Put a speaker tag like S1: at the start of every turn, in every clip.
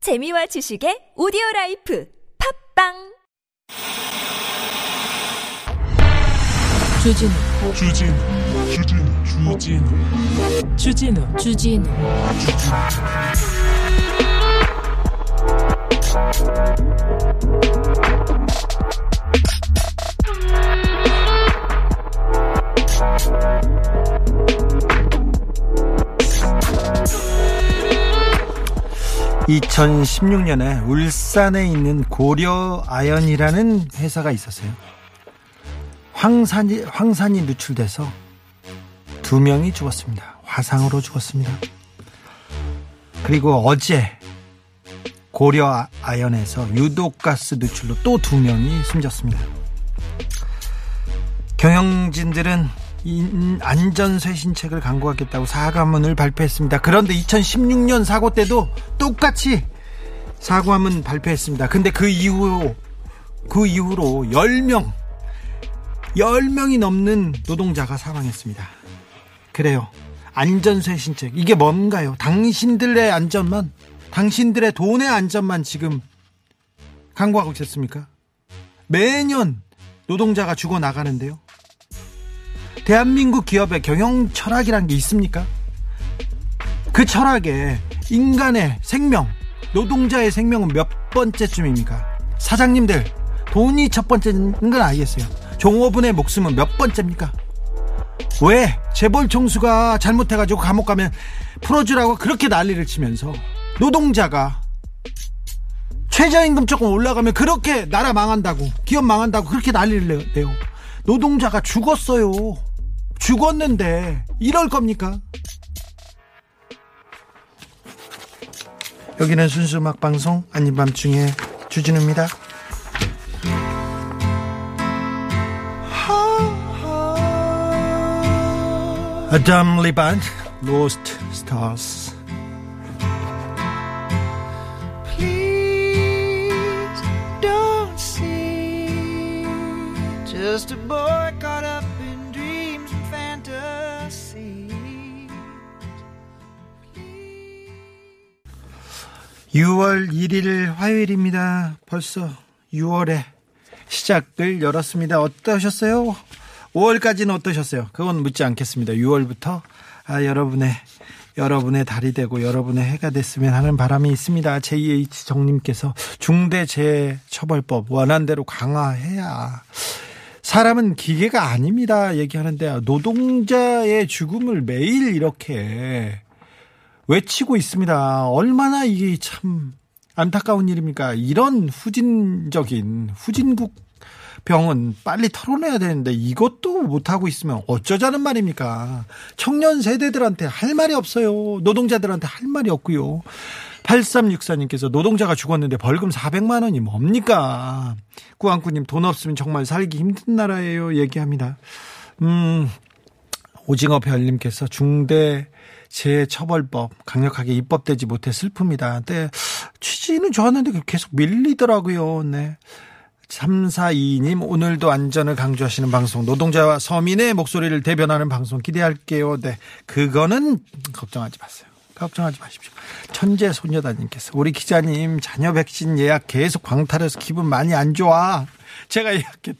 S1: 재미와 지식의 오디오 라이프 팝빵
S2: 주진우
S3: 주진 주진 주진
S2: 주진우 주진우
S4: 이천십육 년에 울산에 있는 고려아연이라는 회사가 있었어요. 황산이, 황산이 누출돼서 두 명이 죽었습니다. 화상으로 죽었습니다. 그리고 어제 고려아연에서 유독가스 누출로 또 두 명이 숨졌습니다. 경영진들은 인- 안전쇄신책을 강구하겠다고 사과문을 발표했습니다. 그런데 2016년 사고 때도 똑같이 사과문 발표했습니다. 근데 그 이후, 그 이후로 10명, 10명이 넘는 노동자가 사망했습니다. 그래요. 안전쇄신책. 이게 뭔가요? 당신들의 안전만, 당신들의 돈의 안전만 지금 강구하고 있었습니까? 매년 노동자가 죽어 나가는데요. 대한민국 기업의 경영 철학이란 게 있습니까? 그 철학에 인간의 생명, 노동자의 생명은 몇 번째쯤입니까? 사장님들, 돈이 첫 번째인 건 알겠어요. 종업원의 목숨은 몇 번째입니까? 왜 재벌 총수가 잘못해가지고 감옥 가면 풀어주라고 그렇게 난리를 치면서 노동자가 최저임금 조금 올라가면 그렇게 나라 망한다고 기업 망한다고 그렇게 난리를 내- 내요 노동자가 죽었어요 죽었는데 이럴 겁니까 여기는 순수 음악방송 아닌 밤중에 주진우입니다 아담 리반 로스트 스타스
S5: Please don't see. Just a boy caught up in dreams and fantasies.
S4: 6월 1일 화요일입니다. 벌써 6월에 시작을 열었습니다. 어떠셨어요? 5월까지는 어떠셨어요? 그건 묻지 않겠습니다. 6월부터 아, 여러분의 여러분의 달이 되고 여러분의 해가 됐으면 하는 바람이 있습니다. JH 정님께서 중대재해처벌법 원한대로 강화해야 사람은 기계가 아닙니다. 얘기하는데 노동자의 죽음을 매일 이렇게 외치고 있습니다. 얼마나 이게 참 안타까운 일입니까? 이런 후진적인 후진국 병은 빨리 털어내야 되는데 이것도 못하고 있으면 어쩌자는 말입니까? 청년 세대들한테 할 말이 없어요. 노동자들한테 할 말이 없고요. 8364님께서 노동자가 죽었는데 벌금 400만 원이 뭡니까? 꾸안꾸님 돈 없으면 정말 살기 힘든 나라예요. 얘기합니다. 음, 오징어 별님께서 중대 재처벌법 강력하게 입법되지 못해 슬픕니다. 근데 취지는 좋았는데 계속 밀리더라고요. 네. 3422님 오늘도 안전을 강조하시는 방송 노동자와 서민의 목소리를 대변하는 방송 기대할게요. 네. 그거는 걱정하지 마세요. 걱정하지 마십시오. 천재 소녀다님께서 우리 기자님 자녀 백신 예약 계속 광탈해서 기분 많이 안 좋아. 제가 예약했.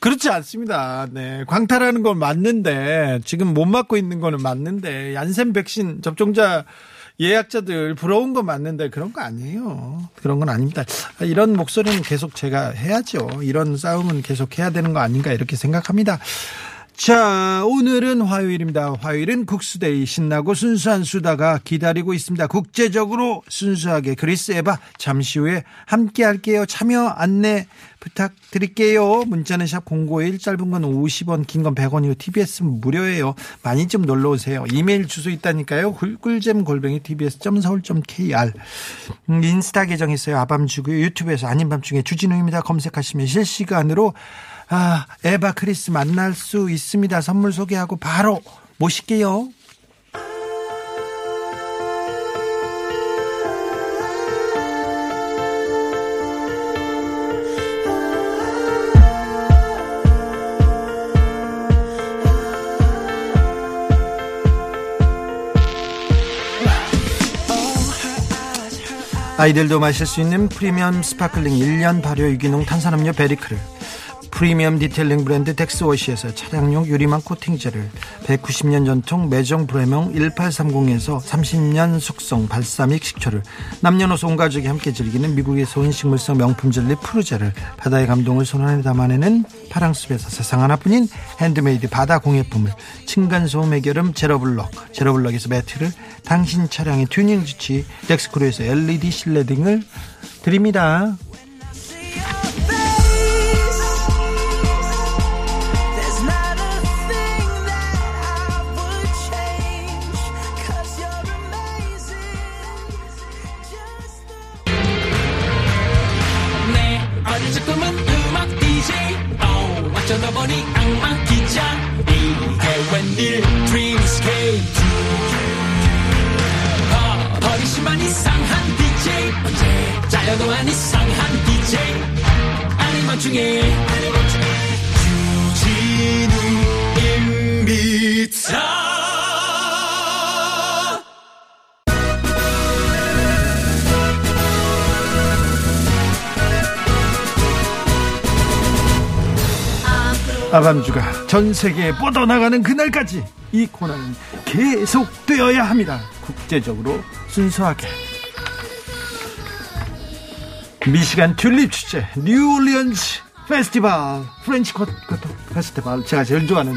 S4: 그렇지 않습니다. 네. 광탈하는 건 맞는데 지금 못 맞고 있는 거는 맞는데 얀센 백신 접종자 예약자들 부러운 거 맞는데 그런 거 아니에요. 그런 건 아닙니다. 이런 목소리는 계속 제가 해야죠. 이런 싸움은 계속 해야 되는 거 아닌가 이렇게 생각합니다. 자, 오늘은 화요일입니다. 화요일은 국수데이 신나고 순수한 수다가 기다리고 있습니다. 국제적으로 순수하게 그리스 에바 잠시 후에 함께 할게요. 참여 안내 부탁드릴게요. 문자는 샵 051, 짧은 건 50원, 긴 건 100원이요. TBS 무료예요. 많이 좀 놀러 오세요. 이메일 주소 있다니까요. 꿀꿀잼 골뱅이 tbs.서울.kr 음, 인스타 계정 있어요. 아밤주고요. 유튜브에서 아닌 밤중에 주진우입니다. 검색하시면 실시간으로 아, 에바 크리스 만날 수 있습니다. 선물 소개하고 바로 모실게요. 아이들도 마실 수 있는 프리미엄 스파클링 1년 발효 유기농 탄산음료 베리크를 프리미엄 디테일링 브랜드 덱스워시에서 차량용 유리망 코팅제를 190년 전통 매정 브레명 1830에서 30년 숙성 발사믹 식초를 남녀노소 온 가족이 함께 즐기는 미국에서 온 식물성 명품 젤리 푸르제를 바다의 감동을 손안에 담아내는 파랑숲에서 세상 하나뿐인 핸드메이드 바다 공예품을 층간소음의 결음 제로블럭 제로블럭에서 매트를 당신 차량의 튜닝 주치 덱스크루에서 LED 실내등을 드립니다
S2: 내 네, 어린 꿈은 음악 DJ 오, 어쩌다 보니 악마 기자 이게 웬일 드림스 케이크 어, 버리시만 이상한 DJ 언제 잘려도만 이상한 DJ 아니면 중에 유진우 임비타
S4: 아밤주가 전 세계에 뻗어나가는 그날까지 이 코너는 계속되어야 합니다. 국제적으로 순수하게. 미시간 튤립 축제 뉴올리언스 페스티벌 프렌치 코트 페스티벌 제가 제일 좋아하는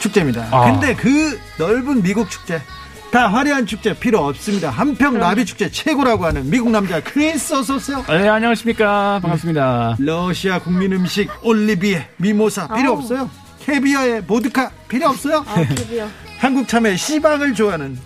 S4: 축제입니다. 근데 그 넓은 미국 축제 다 화려한 축제 필요 없습니다. 한평 나비 축제 최고라고 하는 미국 남자 크리스 어서 오세요.
S6: 네, 안녕하십니까. 반갑습니다.
S4: 러시아 국민 음식 올리비에 미모사 필요 없어요. 캐비어에 보드카 필요 없어요.
S7: 아,
S4: 한국 참외 시방을 좋아하는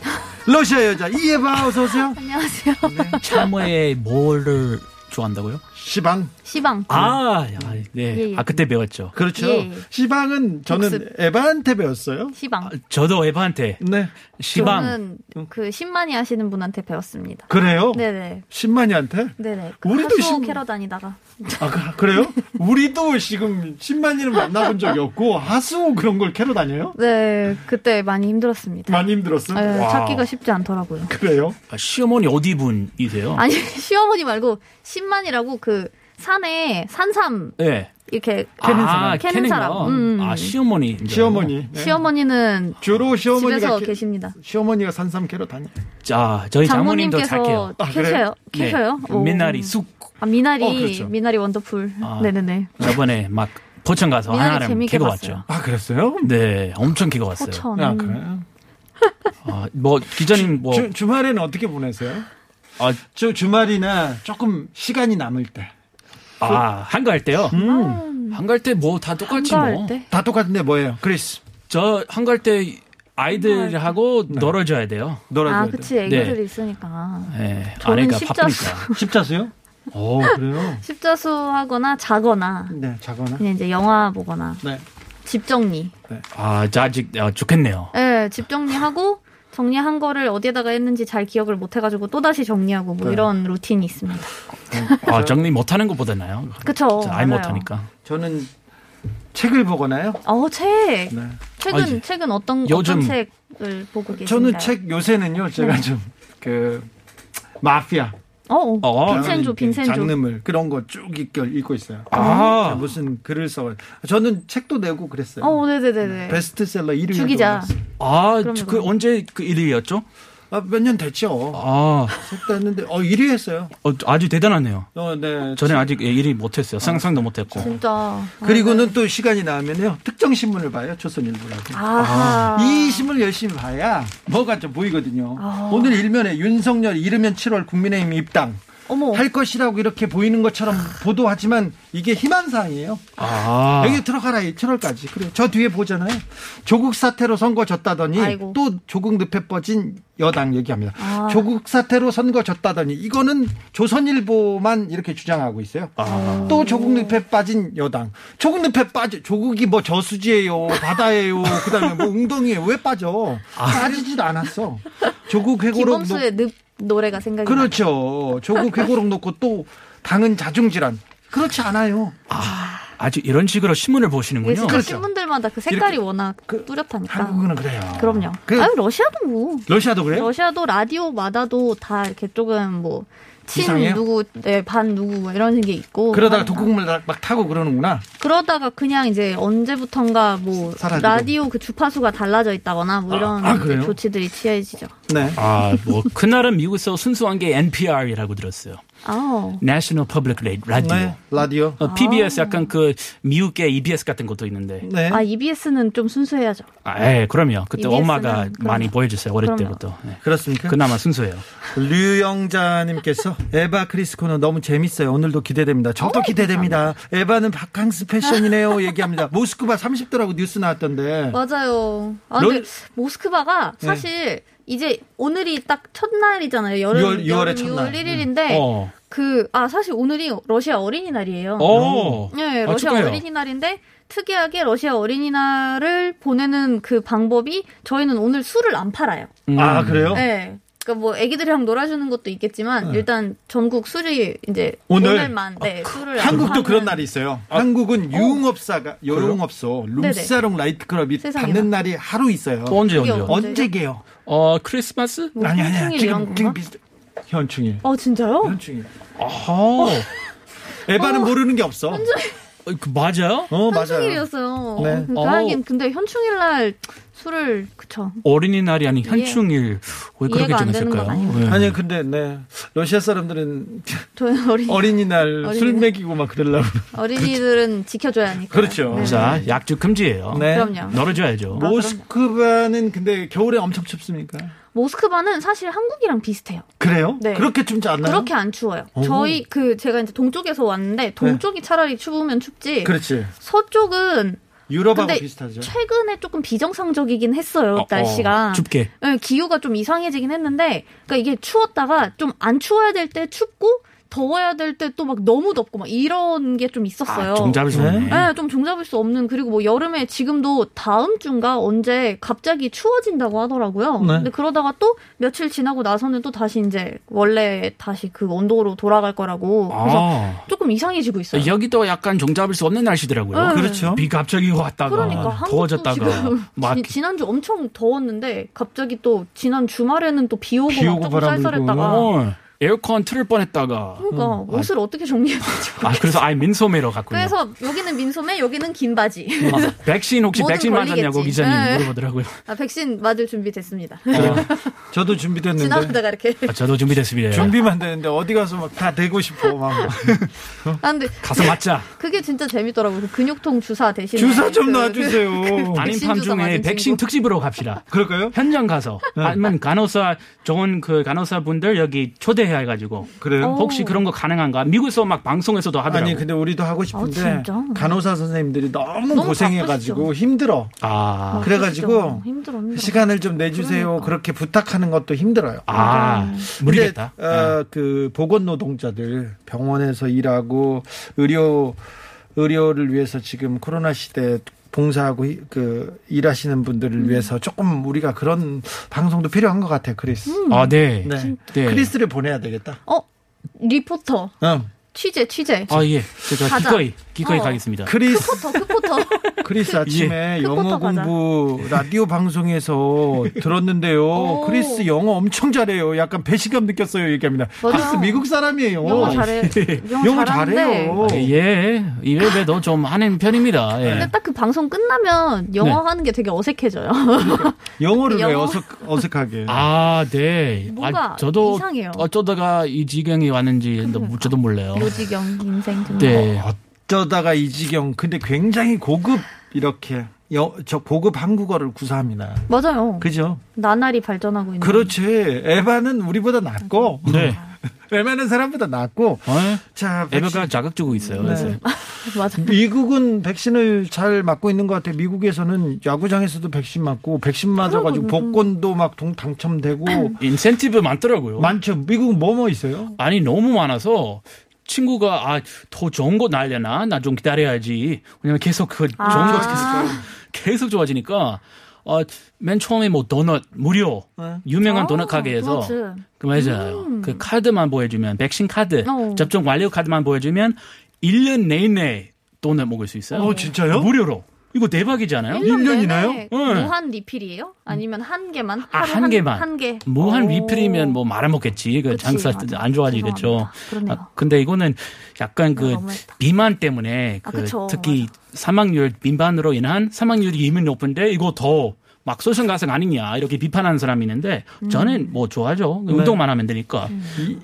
S4: 러시아 여자 이에바 어서 오세요.
S7: 안녕하세요.
S6: 참외 뭐를 좋아한다고요?
S4: 시방
S7: 시방.
S6: 아, 야, 네.
S7: 예, 예.
S6: 아, 그때 배웠죠.
S4: 그렇죠.
S7: 예.
S4: 시방은 저는
S7: 복습.
S4: 에바한테 배웠어요.
S7: 시방.
S6: 저도 에바한테
S4: 네
S6: 시방.
S7: 저는 그 신만이 하시는 분한테 배웠습니다.
S4: 그래요.
S7: 네네.
S4: 신만이한테.
S7: 네네.
S4: 우리도
S7: 우리도 신
S4: 신-
S7: 캐러 다니다가
S4: 아 그- 그래요? 우리도 지금 신만이는 만나본 적이 없고 하수 그런 걸 캐러 다녀요?
S7: 네 그때 많이 힘들었습니다.
S4: 많이 힘들었어.
S7: 네,
S4: 와.
S7: 찾기가 쉽지 않더라고요.
S4: 그래요.
S6: 아, 시어머니 어디 분이세요?
S7: 아니 시어머니 말고 신만이라고 그 산에 산삼
S6: 네.
S7: 이렇게
S6: 캐는 아,
S7: 캐는 사람. 음.
S6: 아, 시어머니.
S4: 시어머니. 네.
S7: 시어머니는
S4: 주로 시어머니가
S7: 집에서
S4: 캐-
S7: 계십니다.
S4: 시어머니가 산삼 캐러 다녀.
S6: 자, 저희 네, 장모님도 잘 캐요.
S7: 장모님께서
S4: 아, 그래요?
S7: 캐셔요.
S6: 네.
S7: 캐셔요. 오.
S6: 미나리 쑥.
S7: 아 미나리
S4: 어, 그렇죠.
S7: 미나리 원더풀.
S6: 아.
S7: 네네네.
S6: 저번에 막 포천 가서
S7: 미나리
S6: 하나를
S7: 재밌게
S6: 캐고
S7: 봤어요.
S6: 왔죠.
S4: 아 그랬어요?
S6: 네, 엄청 캐고 왔어요.
S7: 포천.
S4: 아 그래요?
S6: 아, 뭐 기자님 뭐
S4: 주, 주말에는 어떻게 보내세요?
S6: 아,
S4: 주, 주말이나 조금 시간이 남을 때. 그 음.
S6: 아, 한가할 때요. 한가할 때 뭐 다 똑같이
S7: 아. 한가할
S6: 뭐.
S7: 때.
S4: 다 똑같은데 뭐예요? 그리스
S6: 저 한가할 때 아이들하고 놀아줘야 돼요.
S4: 놀아줘야
S7: 아,
S4: 돼.
S7: 그치. 애기들이
S6: 네.
S7: 있으니까.
S6: 예,
S7: 저는
S6: 아내가
S7: 십자수.
S6: 바쁘니까.
S4: 십자수요? 오 그래요?
S7: 십자수 하거나 자거나,
S4: 네 자거나.
S7: 그냥 이제 영화 보거나,
S4: 네.
S7: 집 정리.
S6: 아, 저 아직 어, 좋겠네요.
S7: 예, 집 정리하고, 정리한 거를 어디에다가 했는지 잘 기억을 못 해가지고 또다시 정리하고 뭐
S4: 네.
S7: 이런 루틴이 있습니다.
S6: 아, 정리 못하는 것보다 나요.
S7: 그쵸.
S6: 아이
S7: 알아요.
S6: 못하니까.
S4: 저는 책을 보거나요.
S7: 어, 책.
S4: 네.
S7: 최근,
S6: 아니,
S7: 최근 어떤,
S6: 요즘-
S7: 어떤 책을 보고 계신가요?
S4: 저는 책 요새는요 제가
S7: 네.
S4: 좀 그 마피아. 그
S7: 어, 어.
S6: 어.
S7: 빈센조,
S4: 이렇게
S7: 빈센조.
S4: 장르물 그런 거 쭉 읽고, 읽고 있어요.
S6: 아.
S4: 무슨 글을 써. 저는 책도 내고 그랬어요.
S7: 어, 네네네네.
S4: 베스트셀러 1위.
S7: 주기자.
S6: 아,
S7: 그럼요,
S6: 그
S7: 그럼요.
S6: 언제 그 1위였죠?
S4: 아, 몇 년 됐죠.
S6: 아,
S4: 책도 했는데 어 1위 했어요.
S6: 어, 아주 대단하네요.
S4: 어, 네.
S6: 저는 아직 1위 못했어요. 상상도 못했고.
S2: 그
S7: 진짜.
S4: 그리고는 또 시간이 나면요 특정 신문을 봐요 조선일보라고
S7: 아하.
S4: 이 신문을 열심히 봐야 뭐가 좀 보이거든요
S7: 아.
S4: 오늘 일면에 윤석열 이르면 7월 국민의힘 입당
S7: 어머.
S4: 할 것이라고 이렇게 보이는 것처럼 보도하지만 이게 희망사항이에요
S6: 아,
S4: 여기 들어가라 이 7월까지 그래 저 뒤에 보잖아요 조국 사태로 선거 졌다더니
S7: 아이고.
S4: 또 조국 늪에 뻗진 여당 얘기합니다
S7: 아.
S4: 조국 사태로 선거 졌다더니 이거는 조선일보만 이렇게 주장하고 있어요 또 조국 늪에 빠진 여당 조국 늪에 빠져 조국이 뭐 저수지예요 바다예요 그다음에 뭐 웅덩이에 왜 빠져 빠지지도 않았어 조국 회고록 놓-
S7: 기범수의 늪 노래가 생각이 나.
S4: 그렇죠 조국 회고록 놓고 또 당은 자중질환 그렇지 않아요
S6: 아주 이런 식으로 신문을
S7: 이게
S6: 보시는군요.
S7: 진짜
S4: 그렇죠.
S7: 신문들만은 그 색깔이 워낙 뚜렷하니까.
S4: 한국은 그래요
S7: 그럼요.
S4: 그- 네?
S7: 아유 러시아도 뭐
S4: 러시아도 그래요?
S7: 러시아도 라디오마다도 다 이렇게 조금 뭐 친
S4: 이상해요?
S7: 누구, 네, 반 누구 뭐 이런 게 있고
S4: 그러다가
S7: 하니까.
S4: 독국물 다- 막 타고 그러는구나.
S7: 그러다가 그냥 이제 언제부턴가 뭐
S4: 사라지고.
S7: 라디오 그 주파수가 달라져 있다거나 뭐 이런
S4: 아,
S7: 이제
S4: 그래요?
S7: 조치들이 취해지죠.
S4: 네.
S6: 아, 뭐 그날은 미국에서 순수한 게 NPR이라고 들었어요.
S7: 아,
S6: National Public Radio.
S4: 네. 라디오.
S6: 어, PBS 약간 그 미국의 EBS 같은 것도 있는데.
S4: 네.
S7: 아 EBS는 좀 순수해야죠.
S6: 아, 예, 그럼요. 그때
S7: EBS E 는
S6: 엄마가
S7: 그럼요.
S6: 많이 보여줬어요. 어릴
S7: 그럼요.
S6: 때부터. 예.
S4: 그렇습니까?
S6: 그나마 순수해요.
S4: 류영자님께서 에바 크리스코는 너무 재밌어요. 오늘도 기대됩니다. 저도 기대됩니다. 에바는 바캉스 패션이네요. 얘기합니다. 모스크바 30도라고 뉴스 나왔던데.
S7: 어. 맞아요. 아
S4: 롤- 네.
S7: 근데 모스크바가 사실 이제 오늘이 딱 첫날이잖아요. 여름
S4: 유월- 유월의
S7: 여름
S4: 첫날. 음.
S7: 6월 1일인데
S6: 어.
S7: 그 아 사실 오늘이 러시아 어린이날이에요.
S6: 오.
S7: 네,
S6: 아,
S7: 러시아
S6: 축하해요.
S7: 어린이날인데 특이하게 러시아 어린이날을 보내는 그 방법이 저희는 오늘 술을 안 팔아요.
S6: 음.
S4: 아, 그래요?
S7: 네. 그러니까 뭐 애기들이랑 놀아주는 것도 있겠지만 일단 전국 술이
S4: 네.
S7: 이제
S4: 오늘? 아,
S7: 오늘? 만 네, 술을 안
S4: 한국도
S7: 파는
S4: 그런 날이 있어요.
S7: 아.
S4: 한국은 유흥업사가 요롱업소, 룸사롱 라이트클럽이
S7: 세상에나.
S4: 닫는 날이 하루 있어요.
S6: 또 언제 언제요?
S7: 언제요?
S4: 언제게요?
S6: 어, 크리스마스?
S7: 뭐
S4: 아니
S7: 현충일
S4: 아니
S7: 이런
S4: 지금 지금
S7: 건가?
S4: 비슷. 현충일.
S7: 아 진짜요?
S4: 현충일.
S6: 아.
S4: 에바는 모르는 게 없어.
S6: 어, 그 맞아요?
S4: 어 맞아요.
S7: 어. 현충일이었어요.
S4: 네.
S7: 그러니까
S6: 어.
S7: 하긴 근데 현충일 날 술을 그쵸.
S6: 어린이날이 아닌 현충일. 왜 그렇게
S7: 예. 이해가 안 되는
S6: 정했을까요?
S7: 건 아닌가요?
S6: 예.
S4: 아니 근데 네 러시아 사람들은
S7: 저희 어린
S4: 어린이날 술
S7: 어린이날.
S4: 먹이고 막 그러려고.
S7: 어린이들은 지켜줘야 하니까.
S4: 그렇죠.
S7: 네.
S6: 자, 약주 금지예요.
S4: 네.
S7: 어, 그럼요. 아,
S6: 널어줘야죠.
S4: 모스크바는 근데 겨울에 엄청 춥습니까?
S7: 모스크바는 사실 한국이랑 비슷해요.
S4: 그래요?
S7: 네.
S4: 그렇게 춥지 않나요?
S7: 그렇게 안 추워요. 저희 그 제가 이제 동쪽에서 왔는데 동쪽이 차라리 추우면 춥지.
S4: 그렇지.
S7: 서쪽은
S4: 유럽하고
S7: 근데
S4: 비슷하죠.
S7: 최근에 조금 비정상적이긴 했어요
S6: 어, 어,
S7: 날씨가
S6: 춥게.
S7: 네, 기후가 좀 이상해지긴 했는데 그러니까 이게 추웠다가 좀 안 추워야 될 때 춥고 더워야 될 때 또 막 너무 덥고 막 이런 게 좀 있었어요.
S6: 아, 종잡을 수 없네.
S7: 네, 좀 종잡을 수 없는 그리고 뭐 여름에 지금도 다음 주인가 언제 갑자기 추워진다고 하더라고요.
S4: 네.
S7: 근데 그러다가 또 며칠 지나고 나서는 또 다시 이제 원래 다시 그 온도로 돌아갈 거라고. 그래서
S6: 아.
S7: 조금 이상해지고 있어요.
S6: 여기도 약간 종잡을 수 없는 날씨더라고요.
S7: 네.
S4: 그렇죠.
S6: 비 갑자기 왔다가
S7: 그러니까 한국도
S6: 더워졌다가
S7: 지금
S6: 막
S7: 지- 지난주 엄청 더웠는데 갑자기 또 지난 주말에는 또 비 오고
S4: 비 오고
S7: 막 조금
S4: 바람 불고.
S7: 쌀쌀했다가
S6: 어, 에어컨 틀을 뻔했다가
S7: 그러니까 옷을 어떻게 정리해야지
S6: 아 그래서 아예 민소매로 갔군요.
S7: 그래서 여기는 민소매 여기는 긴 바지
S6: 아, 백신 혹시
S7: 뭐든
S6: 백신 맞았냐고
S7: 걸리겠지.
S6: 기자님
S7: 네.
S6: 물어보더라고요.
S7: 아, 백신 맞을 준비 됐습니다
S4: 저도 준비됐는데.
S7: 지나가다가 이렇게
S6: 아, 저도 준비됐습니다.
S4: 준비만 되는데 어디 가서 막 다 대고 싶어. 막.
S7: 아 근데
S6: 가서 맞자.
S7: 그게 진짜 재밌더라고요 그 근육통 주사 대신
S4: 주사 좀
S7: 그-
S4: 놔주세요.
S6: 아닌
S7: 백신
S6: 밤
S7: 주사 맞은
S6: 중에 백신
S7: 친구.
S6: 특집으로 갑시다.
S4: 그럴까요?
S6: 현장 가서
S4: 네.
S6: 아니면 간호사 좋은 그 간호사 분들 여기 초대해가지고
S4: 그래요?
S6: 혹시 그런 거 가능한가? 미국에서 막 방송에서도 하더라고.
S4: 아니
S6: 요
S4: 근데 우리도 하고 싶은데
S7: 아, 진짜?
S4: 간호사 선생님들이 너무,
S7: 너무
S4: 고생해가지고 힘들어.
S6: 아,
S7: 아,
S4: 그래가지고
S7: 진짜 힘들어 힘들어
S4: 시간을 좀 내주세요.
S7: 그러니까.
S4: 그렇게 부탁하는 것도 힘들어요.
S6: 아, 무리겠다. 네. 아.
S4: 근데, 어, 그 보건 노동자들 병원에서 일하고 의료 의료를 위해서 지금 코로나 시대 봉사하고 이- 그 일하시는 분들을
S7: 음.
S4: 위해서 조금 우리가 그런 방송도 필요한 것 같아요, 크리스.
S7: 음,
S6: 아, 네.
S4: 네.
S6: 네.
S4: 크리스를 보내야 되겠다.
S7: 어 리포터
S6: 음.
S4: 응.
S7: 취재 취재
S6: 아, 예. 제가
S7: 가자.
S6: 기꺼이, 기꺼이
S7: 어.
S6: 가겠습니다.
S4: 크리스
S7: 포터 그 포터
S4: 크리스 아침에
S7: 예.
S4: 영어
S7: 끝부터 가자.
S4: 공부 라디오 방송에서 들었는데요.
S7: 오.
S4: 크리스 영어 엄청 잘해요. 약간 배신감 느꼈어요. 얘기합니다.
S7: 맞아요.
S4: 크리스 미국 사람이에요.
S7: 영어 잘해 영어,
S4: 영어
S7: 잘하는데
S4: 잘해요.
S6: 아, 예. 이외에도 좀 하는 편입니다. 예.
S7: 근데 딱 그 방송 끝나면 영어 하는 게 되게 어색해져요.
S4: 영어를 왜
S7: 영어.
S4: 어색, 어색하게.
S6: 아, 네.
S7: 뭔가
S6: 아, 저도
S7: 이상해요. 그러니까.
S6: 어쩌다가 이 지경이 왔는지 너- 저도 몰라요.
S7: 노지경 인생 좀.
S6: 네.
S4: 어쩌다가 이 지경. 근데 굉장히 고급, 이렇게. 여, 저 고급 한국어를 구사합니다.
S7: 맞아요.
S4: 그죠? 그렇죠.
S7: 나날이 발전하고 있는.
S4: 그렇지. 에바는 우리보다 낫고.
S6: 네.
S4: 웬만한 사람보다 낫고.
S6: 어?
S4: 자, 백신-
S6: 에베가 자극 주고 있어요. 그래서.
S4: 네.
S7: 맞아.
S4: 미국은 백신을 잘 맞고 있는 것 같아요. 미국에서는 야구장에서도 백신 맞고, 백신 맞아가지고 복권도 막 동, 당첨되고.
S6: 인센티브 많더라고요.
S4: 많죠. 미국은 뭐뭐 있어요?
S6: 아니, 너무 많아서 친구가 아, 더 좋은 거 날려나? 나 좀 기다려야지. 왜냐면 계속 그 좋은 거
S7: 아.
S6: 계속, 계속 좋아지니까. 어, 맨 처음에 뭐 도넛 무료
S4: 네.
S6: 유명한 도넛 가게에서
S7: 아, 도넛.
S6: 그 맞아요. 그 카드만 보여주면 백신 카드
S7: 음. 어.
S6: 접종 완료 카드만 보여주면 1년 내내 돈을 먹을 수 있어요.
S4: 어, 진짜요?
S6: 무료로. 이거 이거 대박이잖아요.
S4: 일 년이나요?
S7: 내내
S6: 응.
S7: 무한 리필이에요? 아니면 한 개만?
S6: 아,
S7: 하루
S6: 한 개만.
S7: 한 개.
S6: 무한
S7: 오.
S6: 리필이면 뭐 말아먹겠지. 그
S7: 그치,
S6: 장사
S7: 맞아.
S6: 안 좋아지겠죠.
S7: 죄송합니다. 그러네요. 아,
S6: 아, 근데 이거는 약간 그
S7: 너무했다.
S6: 비만 때문에
S7: 아,
S6: 그
S7: 그쵸.
S6: 특히 사망률 비만으로 인한 사망률이 이미 높은데 이거 더 막 소상가상 아니냐 이렇게 비판하는 사람이 있는데
S7: 음.
S6: 저는 뭐 좋아하죠 운동만 하면 되니까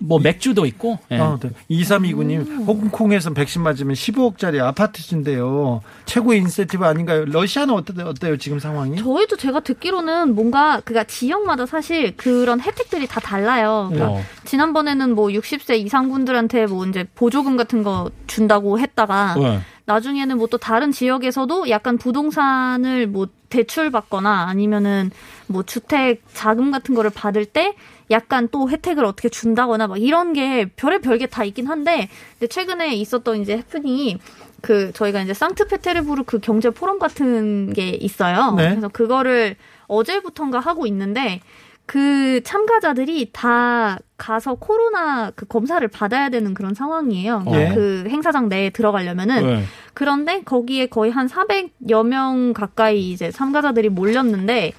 S6: 뭐 맥주도 있고 예.
S4: 아, 네. 2329님, 홍콩에서 백신 맞으면 15억짜리 아파트인데요. 최고의 인센티브 아닌가요? 러시아는 어때, 어때요, 지금 상황이?
S7: 저희도 제가 듣기로는 뭔가 그가 지역마다 사실 그런 혜택들이 다 달라요. 그러니까
S6: 어.
S7: 지난번에는 뭐 60세 이상 분들한테 뭐 이제 보조금 같은 거 준다고 했다가
S6: 예.
S7: 나중에는 뭐 또 다른 지역에서도 약간 부동산을 뭐 대출 받거나 아니면은 뭐 주택 자금 같은 거를 받을 때 약간 또 혜택을 어떻게 준다거나 막 이런 게 별의 별게 다 있긴 한데 근데 최근에 있었던 이제 해프닝이 그 저희가 이제 상트페테르부르크 그 경제 포럼 같은 게 있어요.
S4: 네.
S7: 그래서 그거를 어제부턴가 하고 있는데 그 참가자들이 다 가서 코로나 그 검사를 받아야 되는 그런 상황이에요.
S4: 예.
S7: 그 행사장 내에 들어가려면은
S6: 예.
S7: 그런데 거기에 거의 한 400여 명 가까이 이제 참가자들이 몰렸는데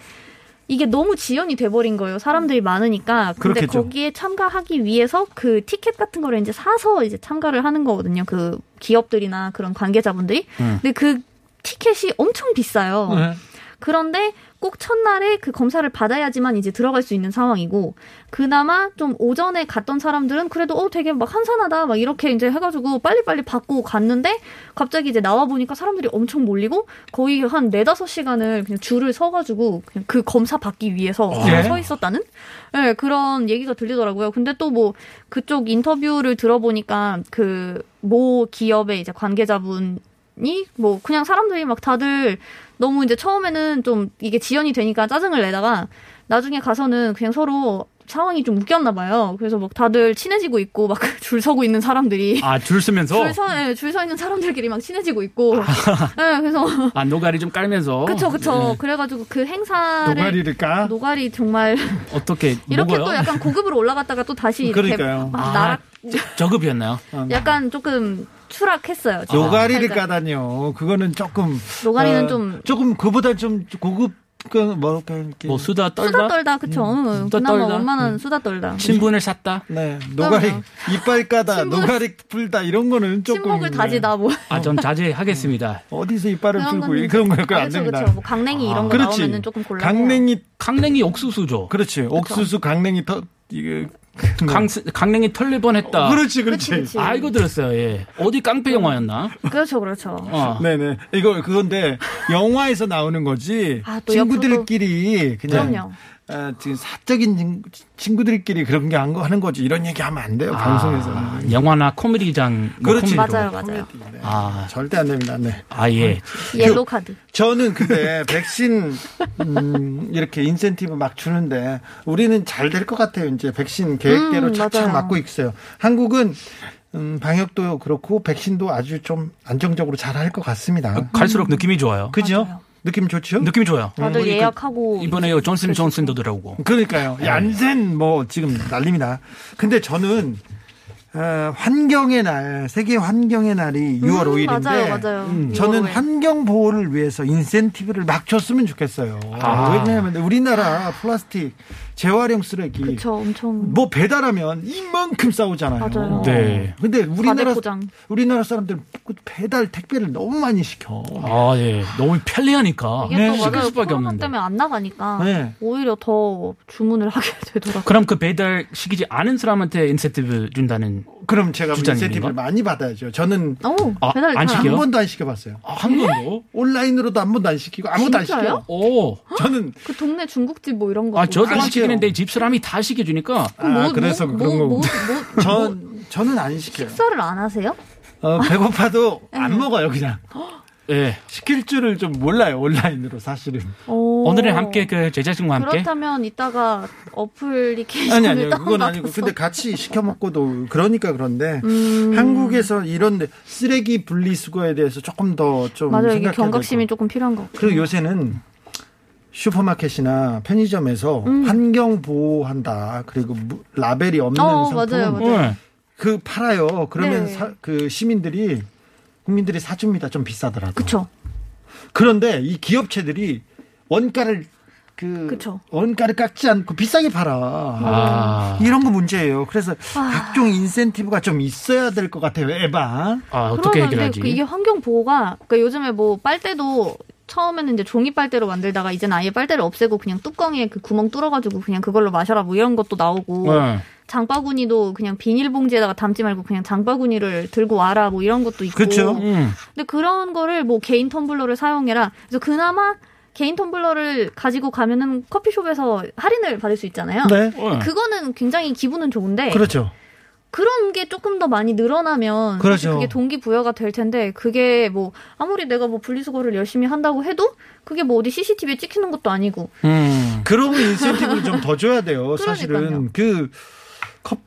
S7: 이게 너무 지연이 돼버린 거예요. 사람들이 많으니까. 근데
S4: 그렇겠죠.
S7: 거기에 참가하기 위해서 그 티켓 같은 거를 이제 사서 이제 참가를 하는 거거든요. 그 기업들이나 그런 관계자분들이.
S4: 음.
S7: 근데 그 티켓이 엄청 비싸요.
S4: 네.
S7: 그런데 꼭 첫날에 그 검사를 받아야지만 이제 들어갈 수 있는 상황이고 그나마 좀 오전에 갔던 사람들은 그래도 어 되게 막 한산하다 막 이렇게 이제 해가지고 빨리빨리 받고 갔는데 갑자기 이제 나와 보니까 사람들이 엄청 몰리고 거의 한 네다섯 시간을 그냥 줄을 서가지고 그냥 그 검사 받기 위해서
S4: 예?
S7: 서 있었다는 예, 그런 얘기가 들리더라고요. 근데 또 뭐 그쪽 인터뷰를 들어보니까 그 모 기업의 이제 관계자분 이뭐 그냥 사람들이 막 다들 너무 이제 처음에는 좀 이게 지연이 되니까 짜증을 내다가 나중에 가서는 그냥 서로 상황이 좀 웃겼나 봐요. 그래서 막 다들 친해지고 있고 막 줄 서고 있는 사람들이
S6: 아줄 서면서
S7: 줄 서 예, 줄 서 있는 사람들끼리 막 친해지고 있고.
S4: 아.
S7: 예, 그래서
S6: 아 노가리 좀 깔면서
S7: 그쵸 그쵸. 그래가지고 그 행사를
S4: 어? 네. 노가리를 까?
S7: 노가리 정말
S6: 어떻게
S7: 이렇게
S6: 먹어요?
S7: 또 약간 고급으로 올라갔다가 또 다시 이렇게
S4: 그러니까요.
S7: 막
S6: 아,
S7: 나락
S6: 저- 저급이었나요?
S7: 약간 조금 추락했어요. 지금.
S4: 노가리를
S7: 그러니까
S4: 까다니요. 그거는 조금.
S7: 노가리는
S4: 어,
S7: 좀-
S4: 조금 그보다 좀 고급, 그, 뭐랄까, 이렇게.
S6: 뭐 수다 떨다
S7: 수다 떨다 그쵸. 응,
S6: 수다
S7: 그나마
S6: 떨다. 음.
S7: 원만한 수다 떨다.
S6: 친분을 샀다.
S4: 네, 노가리,
S7: 그럼요.
S4: 이빨 까다,
S7: 친구-
S4: 노가리 풀다, 이런 거는 조금. 네.
S7: 침묵을 다지다 뭐.
S6: 아
S4: 어.
S6: 전 자제하겠습니다.
S4: 어디서 이빨을
S7: 그런
S4: 풀고,
S7: 건-
S4: 그런 거, 그거
S7: 아,
S4: 안
S7: 그쵸,
S4: 됩니다. 아,
S7: 그쵸. 뭐 강냉이 이런 거
S4: 그렇지.
S7: 나오면은 조금 곤란해요.
S4: 강냉이,
S6: 강냉이 옥수수죠.
S4: 그렇지. 옥수수 강냉이 터, 이게. 아,
S6: 강, 강냉이 털릴번 했다.
S4: 그러니까. 그렇지,
S7: 그렇지,
S4: 그렇지.
S7: 그렇지.
S6: 아, 이거 들었어요, 예. 어디 깡패 영화였나?
S7: 그렇죠, 그렇죠.
S6: 어.
S4: 아, 네네. 이거 그건데 영화에서 나오는 거지.
S7: 아, 또
S4: 친구들끼리 그냥
S7: 그럼요.
S4: 아, 지금 사적인 친- 친구들끼리 그런 게 한 거 하는 거지. 이런 얘기 하면 안 돼요.
S6: 아,
S4: 방송에서는.
S6: 영화나 코미디장. 뭐
S4: 그렇지.
S7: 맞아요,
S6: 코미디로.
S7: 맞아요.
S6: 아,
S4: 절대 안 됩니다. 네.
S6: 아, 예.
S7: 옐로 카드.
S4: 저는 근데 백신 음, 이렇게 인센티브 막 주는데 우리는 잘 될 것 같아요. 이제 백신 계획대로
S7: 음,
S4: 착착
S7: 맞아요.
S4: 맞고 있어요. 한국은 음, 방역도 그렇고 백신도 아주 좀 안정적으로 잘 할 것 같습니다.
S6: 갈수록 느낌이 좋아요.
S4: 음. 그죠? 느낌 좋죠?
S6: 느낌이 좋아요.
S7: 다들
S4: 우리 그-
S7: 예약하고
S6: 이번에 요 존슨 존슨도 들어오고.
S4: 그러니까요.
S6: 네.
S4: 얀센 뭐 지금 난립니다. 근데 저는 어, 환경의 날, 세계 환경의 날이 6월
S7: 음,
S4: 5일인데 음,
S7: 맞아요, 맞아요.
S4: 저는
S7: 6월 5일.
S4: 환경 보호를 위해서 인센티브를 막 줬으면 좋겠어요.
S6: 아.
S4: 왜냐하면 우리나라 플라스틱 재활용 쓰레기
S7: 그쵸, 엄청
S4: 뭐 배달하면 이만큼 싸우잖아요.
S7: 맞아요.
S6: 네.
S4: 근데 우리나라
S7: 과대포장.
S4: 우리나라 사람들 그 배달 택배를 너무 많이 시켜.
S6: 아, 예. 너무 편리하니까. 네.
S7: 이게 또
S6: 시킬
S7: 맞아요.
S6: 수밖에
S7: 코로나
S6: 없는데.
S7: 때문에 안 나가니까
S4: 네.
S7: 오히려 더 주문을 하게 되더라고요.
S6: 그럼 그 배달 시키지 않은 사람한테 인센티브 준다는.
S4: 그럼 제가
S6: 주장님인가?
S4: 인센티브를 많이 받아야죠. 저는
S7: 오,
S6: 아,
S7: 배달이 잘안
S6: 안 시켜요?
S4: 한 번도 안 시켜봤어요.
S6: 아, 한 번도?
S4: 온라인으로도 한 번도 안 시키고 아무도 안
S7: 진짜요?
S4: 시켜요.
S6: 오.
S4: 저는
S7: 그 동네 중국집 뭐 이런 거.
S6: 아, 저도
S4: 안
S6: 안
S4: 시켜요.
S6: 시키는데 집 사람이 다 시켜주니까.
S4: 아, 그래서 그런
S7: 뭐, 뭐,
S4: 거구나.
S7: 뭐, 뭐, 뭐,
S4: 전 저는 안 시켜요.
S7: 식사를 안 하세요?
S4: 어, 배고파도 안 먹어요 그냥
S6: 예.
S4: 시킬 줄을 좀 몰라요 온라인으로 사실은.
S7: 오.
S6: 오늘은 함께 그 제작진과 함께.
S7: 그렇다면 이따가 어플리케이션을
S4: 아니 아니요 그건
S7: 다운받아서
S4: 아니고 근데 같이 시켜 먹고도 그러니까 그런데 음. 한국에서 이런 데 쓰레기 분리수거에 대해서 조금 더 좀
S7: 맞아요. 이게
S4: 생각해야
S7: 경각심이
S4: 될 거.
S7: 조금 필요한 것 같아요.
S4: 그리고 요새는 슈퍼마켓이나 편의점에서 환경 보호한다 그리고 무- 라벨이 없는
S7: 어,
S4: 상품
S7: 맞아요, 맞아요.
S6: 예.
S4: 그 팔아요. 그러면
S7: 네.
S4: 사- 그 시민들이 국민들이 사줍니다. 좀 비싸더라도.
S7: 그쵸.
S4: 그런데 이 기업체들이 원가를 그
S7: 그쵸.
S4: 원가를 깎지 않고 비싸게 팔아.
S6: 아.
S4: 이런 거 문제예요. 그래서
S7: 아.
S4: 각종 인센티브가 좀 있어야 될 것 같아요. 에반.
S6: 아, 어떻게
S7: 그러면 근데
S6: 해결하지?
S7: 그 이게 환경 보호가 그러니까 요즘에 뭐 빨대도 처음에는 이제 종이 빨대로 만들다가 이제는 아예 빨대를 없애고 그냥 뚜껑에 그 구멍 뚫어가지고 그냥 그걸로 마셔라 뭐 이런 것도 나오고
S6: 네.
S7: 장바구니도 그냥 비닐봉지에다가 담지 말고 그냥 장바구니를 들고 와라 뭐 이런 것도 있고
S4: 그렇죠.
S6: 음.
S7: 근데 그런 거를 뭐 개인 텀블러를 사용해라 그래서 그나마 개인 텀블러를 가지고 가면은 커피숍에서 할인을 받을 수 있잖아요
S4: 네.
S6: 네.
S7: 그거는 굉장히 기분은 좋은데
S4: 그렇죠.
S7: 그런 게 조금 더 많이 늘어나면 사실
S4: 그렇죠.
S7: 그게 동기 부여가 될 텐데 그게 뭐 아무리 내가 뭐 분리수거를 열심히 한다고 해도 그게 뭐 어디 CCTV에 찍히는 것도 아니고
S6: 음.
S4: 그런 인센티브를 좀 더 줘야 돼요. 사실은
S7: 그러니까요.
S4: 그